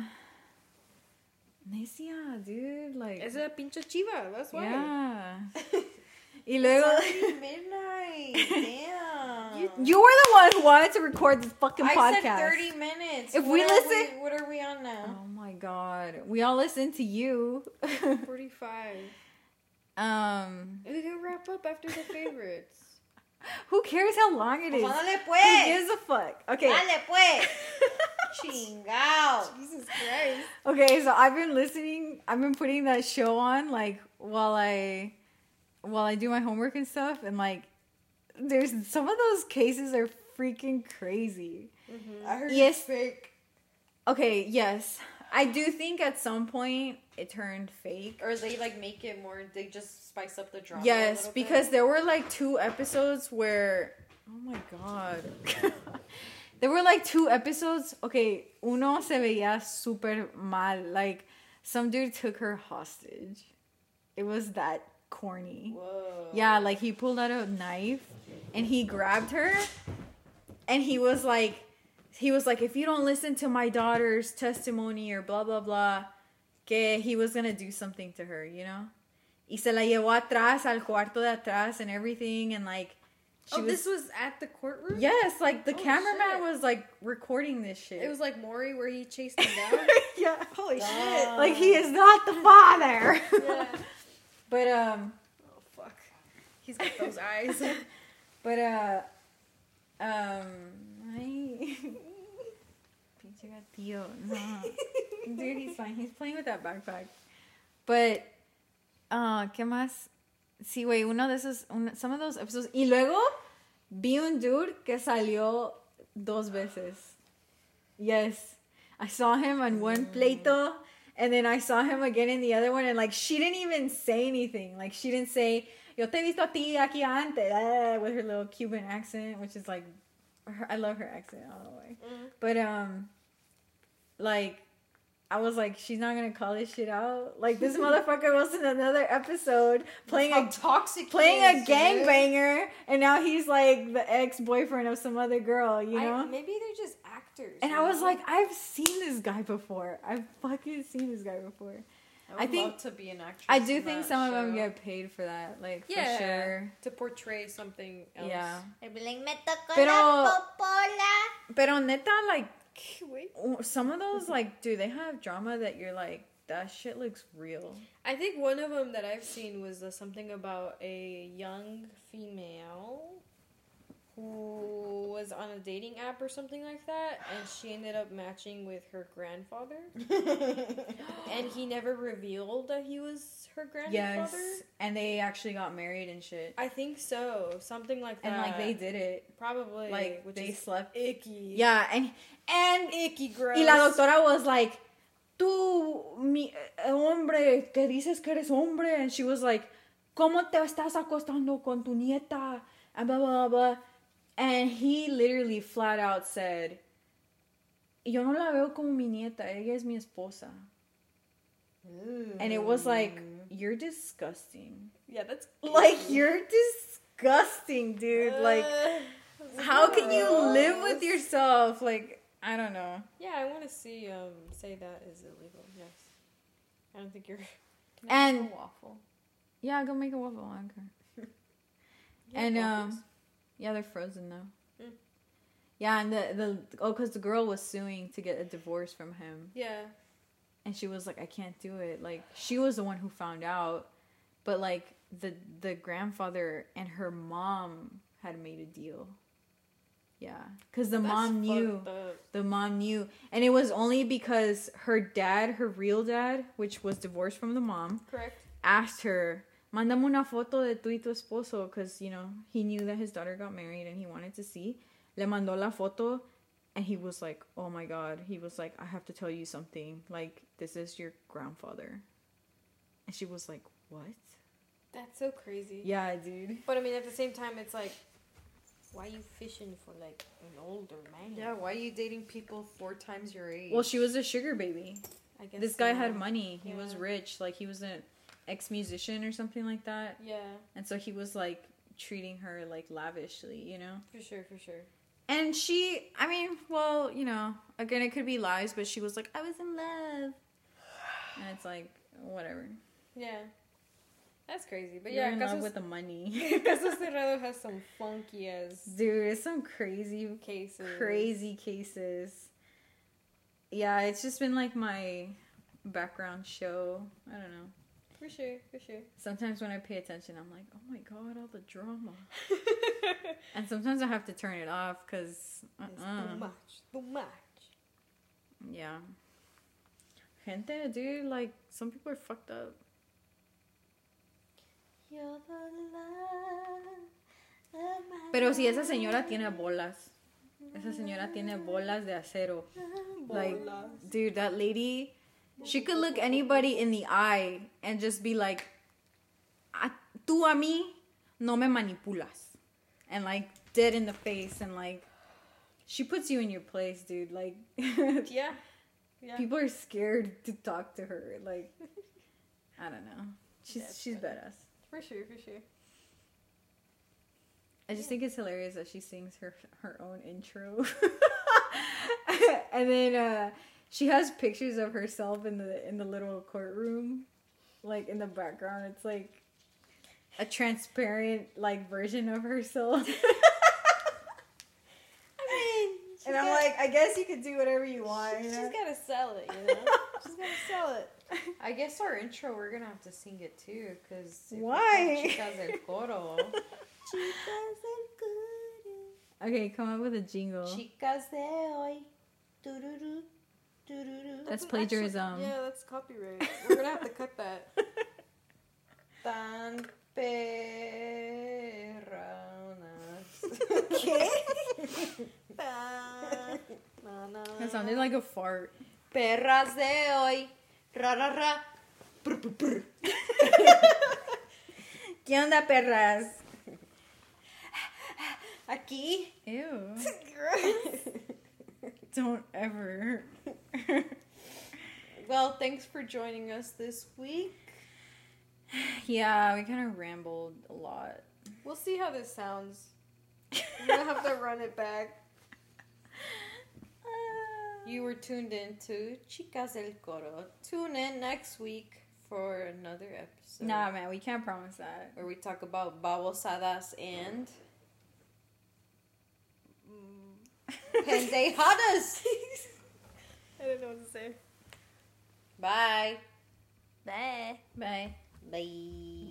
[SPEAKER 3] Necia, dude, like
[SPEAKER 2] It's a pinche chiva. That's why.
[SPEAKER 3] yeah. Y luego.
[SPEAKER 1] midnight. Damn.
[SPEAKER 3] You were the one who wanted to record this fucking
[SPEAKER 1] I
[SPEAKER 3] podcast.
[SPEAKER 1] said 30 minutes.
[SPEAKER 3] If we
[SPEAKER 1] are
[SPEAKER 3] listen-
[SPEAKER 1] we- what are we on now?
[SPEAKER 3] Oh my god. We all listen to you.
[SPEAKER 2] 45.
[SPEAKER 3] um
[SPEAKER 2] We can wrap up after the favorites.
[SPEAKER 3] who cares how long Oh, it is?
[SPEAKER 1] Póngale
[SPEAKER 3] Who
[SPEAKER 1] pues.
[SPEAKER 3] gives a fuck? Okay.
[SPEAKER 1] Dale pues. Chingao.
[SPEAKER 2] Jesus Christ.
[SPEAKER 3] Okay, so I've been listening. I've been putting that show on like while I while I do my homework and stuff and like there's some of those cases are freaking crazy.
[SPEAKER 1] I heard
[SPEAKER 3] Yes.
[SPEAKER 1] it's fake.
[SPEAKER 3] Okay, yes. I do think at some point it turned fake.
[SPEAKER 1] Or they like make it more. They just spice up the drama. a
[SPEAKER 3] Yes,
[SPEAKER 1] little bit.
[SPEAKER 3] because there were like two episodes where oh my god. there were like two episodes. Okay, uno se veía super mal. Like some dude took her hostage. It was that corny.
[SPEAKER 1] Whoa.
[SPEAKER 3] Yeah, like he pulled out a knife and he grabbed her and he was like he was like if you don't listen to my daughter's testimony or blah blah blah que he was gonna do something to her, you know? Y se la llevó atrás al cuarto de atrás and everything and like she
[SPEAKER 2] oh,
[SPEAKER 3] was
[SPEAKER 2] this was at the courtroom?
[SPEAKER 3] Yes, like the
[SPEAKER 2] Oh,
[SPEAKER 3] cameraman
[SPEAKER 2] shit.
[SPEAKER 3] was like recording this shit.
[SPEAKER 2] It was like Maury where he chased him down.
[SPEAKER 3] yeah. Holy
[SPEAKER 1] shit.
[SPEAKER 3] Like he is not the father.
[SPEAKER 2] yeah.
[SPEAKER 3] But um
[SPEAKER 2] Oh, fuck. He's got those eyes.
[SPEAKER 3] But uh um I Pinche gatillo. No. Dude, he's fine. He's playing with that backpack. But uh ¿qué más? Sí, güey, uno de esos un- some of those episodes y luego vi un dude que salió dos veces. Yes. I saw him on one plato and then I saw him again in the other one and like she didn't even say anything. Like she didn't say Yo te he visto a ti aquí antes eh, with her little Cuban accent, which is like, her, I love her accent all the way. But um, like, I was like, she's not gonna call this shit out. Like this motherfucker was in another episode playing
[SPEAKER 1] How
[SPEAKER 3] a
[SPEAKER 1] toxic.
[SPEAKER 3] playing
[SPEAKER 1] he
[SPEAKER 3] a
[SPEAKER 1] is, dude.
[SPEAKER 3] gangbanger, and now he's like the ex boyfriend of some other girl, you know.
[SPEAKER 4] I, maybe they're just actors.
[SPEAKER 3] and
[SPEAKER 4] you
[SPEAKER 3] I was
[SPEAKER 4] know?
[SPEAKER 3] like, I've seen this guy before. I've fucking seen this guy before.
[SPEAKER 1] I,
[SPEAKER 3] I think-
[SPEAKER 1] think to be an actress.
[SPEAKER 3] I do
[SPEAKER 1] in
[SPEAKER 3] think
[SPEAKER 1] that
[SPEAKER 3] some of them
[SPEAKER 1] show.
[SPEAKER 3] get paid for that, like
[SPEAKER 2] Yeah.
[SPEAKER 3] for sure.
[SPEAKER 2] to portray something else.
[SPEAKER 3] Yeah.
[SPEAKER 4] I'd be like, me tocó
[SPEAKER 3] Pero-
[SPEAKER 4] la popola.
[SPEAKER 3] Pero neta, like
[SPEAKER 2] Wait.
[SPEAKER 3] w- some of those, like, do they have drama that you're like, that shit looks real?
[SPEAKER 2] I think one of them that I've seen was uh, something about a young female who was on a dating app or something like that, and she ended up matching with her grandfather, and he never revealed that he was her
[SPEAKER 3] Yes,
[SPEAKER 2] grandfather.
[SPEAKER 3] and they actually got married and shit,
[SPEAKER 2] I think so, something like that.
[SPEAKER 3] and like they did it,
[SPEAKER 2] probably
[SPEAKER 3] like
[SPEAKER 2] Uh, which
[SPEAKER 3] they
[SPEAKER 2] is
[SPEAKER 3] slept.
[SPEAKER 2] icky.
[SPEAKER 3] Yeah, and and
[SPEAKER 2] icky gross.
[SPEAKER 3] y la doctora was like, "Tú mi eh, hombre que dices que eres hombre," and she was like, "¿Cómo te estás acostando con tu nieta?" And blah blah blah. blah. And he literally flat out said, "Yo no la veo como mi nieta. Ella es mi esposa." and it was like you're disgusting
[SPEAKER 2] yeah, that's
[SPEAKER 3] like you're disgusting dude like
[SPEAKER 2] Uh,
[SPEAKER 3] how can you live with yourself like i don't know
[SPEAKER 2] Yeah, I want to see. Um, say that is illegal. Yes, I don't think you're.
[SPEAKER 3] and
[SPEAKER 1] waffle.
[SPEAKER 3] yeah go make a waffle on and um yeah they're frozen now
[SPEAKER 2] Mm.
[SPEAKER 3] yeah and the, the oh because the girl was suing to get a divorce from him
[SPEAKER 2] yeah,
[SPEAKER 3] and she was like i can't do it like she was the one who found out but like the the grandfather and her mom had made a deal yeah because the mom knew the mom knew and it was only because her dad her real dad which was divorced from the mom
[SPEAKER 2] Correct.
[SPEAKER 3] asked her mandame una foto de tu y tu esposo because you know he knew that his daughter got married and he wanted to see le mandó la foto and he was like oh my god he was like i have to tell you something like this is your grandfather and she was like what
[SPEAKER 2] That's so crazy.
[SPEAKER 3] yeah dude
[SPEAKER 2] But I mean, at the same time, it's like, why you fishing for like an older man?
[SPEAKER 1] Yeah, why are you dating people four times your age?
[SPEAKER 3] well she was a sugar baby
[SPEAKER 2] I guess
[SPEAKER 3] this guy
[SPEAKER 2] so.
[SPEAKER 3] had money he was
[SPEAKER 2] Yeah.
[SPEAKER 3] rich like he was an ex-musician or something like that
[SPEAKER 2] Yeah,
[SPEAKER 3] And so he was like treating her like lavishly, you know?
[SPEAKER 2] for sure, for sure.
[SPEAKER 3] And she, I mean, well, you know, again, it could be lies, but she was like, I was in love. And it's like, whatever.
[SPEAKER 2] Yeah. That's crazy. But
[SPEAKER 3] You're
[SPEAKER 2] yeah,
[SPEAKER 3] in love
[SPEAKER 2] Casos,
[SPEAKER 3] with the money.
[SPEAKER 2] Casos Cerrado has some funky ass
[SPEAKER 3] Dude, it's some crazy
[SPEAKER 2] cases.
[SPEAKER 3] crazy cases. Yeah, it's just been like my background show. I don't know.
[SPEAKER 2] For sure, for sure.
[SPEAKER 3] Sometimes when I pay attention, I'm like, oh my god, all the drama. and sometimes I have to turn it off because,
[SPEAKER 2] It's
[SPEAKER 3] uh-uh.
[SPEAKER 2] too much. Too much.
[SPEAKER 3] yeah. Gente, dude, like some people are fucked up.
[SPEAKER 4] You're the love of my
[SPEAKER 3] Pero si esa señora tiene bolas, esa señora tiene bolas de acero. Like, dude, that lady, she could look anybody in the eye and just be like, "A- tú a mí no me manipulas. And like, dead in the face. And like, she puts you in your place, dude. Like,
[SPEAKER 2] Yeah. Yeah.
[SPEAKER 3] people are scared to talk to her. Like, I don't know. She's,
[SPEAKER 2] That's
[SPEAKER 3] she's
[SPEAKER 2] funny.
[SPEAKER 3] badass.
[SPEAKER 2] For sure, for sure.
[SPEAKER 3] I just think it's hilarious that she sings her her own intro, and then uh, she has pictures of herself in the in the little courtroom, like in the background. It's like a transparent like version of herself,
[SPEAKER 2] I mean, she's
[SPEAKER 3] and I'm
[SPEAKER 2] got-
[SPEAKER 3] like, I guess you could do whatever you want.
[SPEAKER 2] she's
[SPEAKER 3] you know?
[SPEAKER 2] gotta sell it, you know? she's gotta sell it.
[SPEAKER 1] I guess our intro, we're gonna have to sing it too, because
[SPEAKER 3] Why?
[SPEAKER 1] Chicas del coro.
[SPEAKER 4] Chicas del coro.
[SPEAKER 3] okay, come up with a jingle.
[SPEAKER 4] Chicas de hoy. Tururu. Tururu.
[SPEAKER 3] That's
[SPEAKER 2] But actually-
[SPEAKER 3] plagiarism.
[SPEAKER 2] yeah, that's copyright. We're gonna have to cut that.
[SPEAKER 1] Tan perronas.
[SPEAKER 2] No, no.
[SPEAKER 3] That sounded like a fart.
[SPEAKER 1] Perras de hoy. Ra ra ra.
[SPEAKER 3] ¿Qué onda, perras?
[SPEAKER 1] Aquí.
[SPEAKER 3] Ew. Don't ever.
[SPEAKER 1] Well, thanks for joining us this week.
[SPEAKER 3] yeah, we kind of rambled a lot.
[SPEAKER 2] We'll see how this sounds. We're gonna have to run it back.
[SPEAKER 1] You were tuned in to Chicas del Coro. Tune in next week for another episode
[SPEAKER 3] Nah, man, we can't promise that.
[SPEAKER 1] where we talk about babosadas and pendejadas.
[SPEAKER 2] I don't know what to say.
[SPEAKER 1] Bye.
[SPEAKER 4] Bye.
[SPEAKER 3] Bye.
[SPEAKER 1] Bye.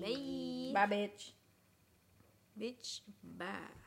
[SPEAKER 4] Bye.
[SPEAKER 3] Bye, bitch.
[SPEAKER 4] Bitch.
[SPEAKER 3] Bye.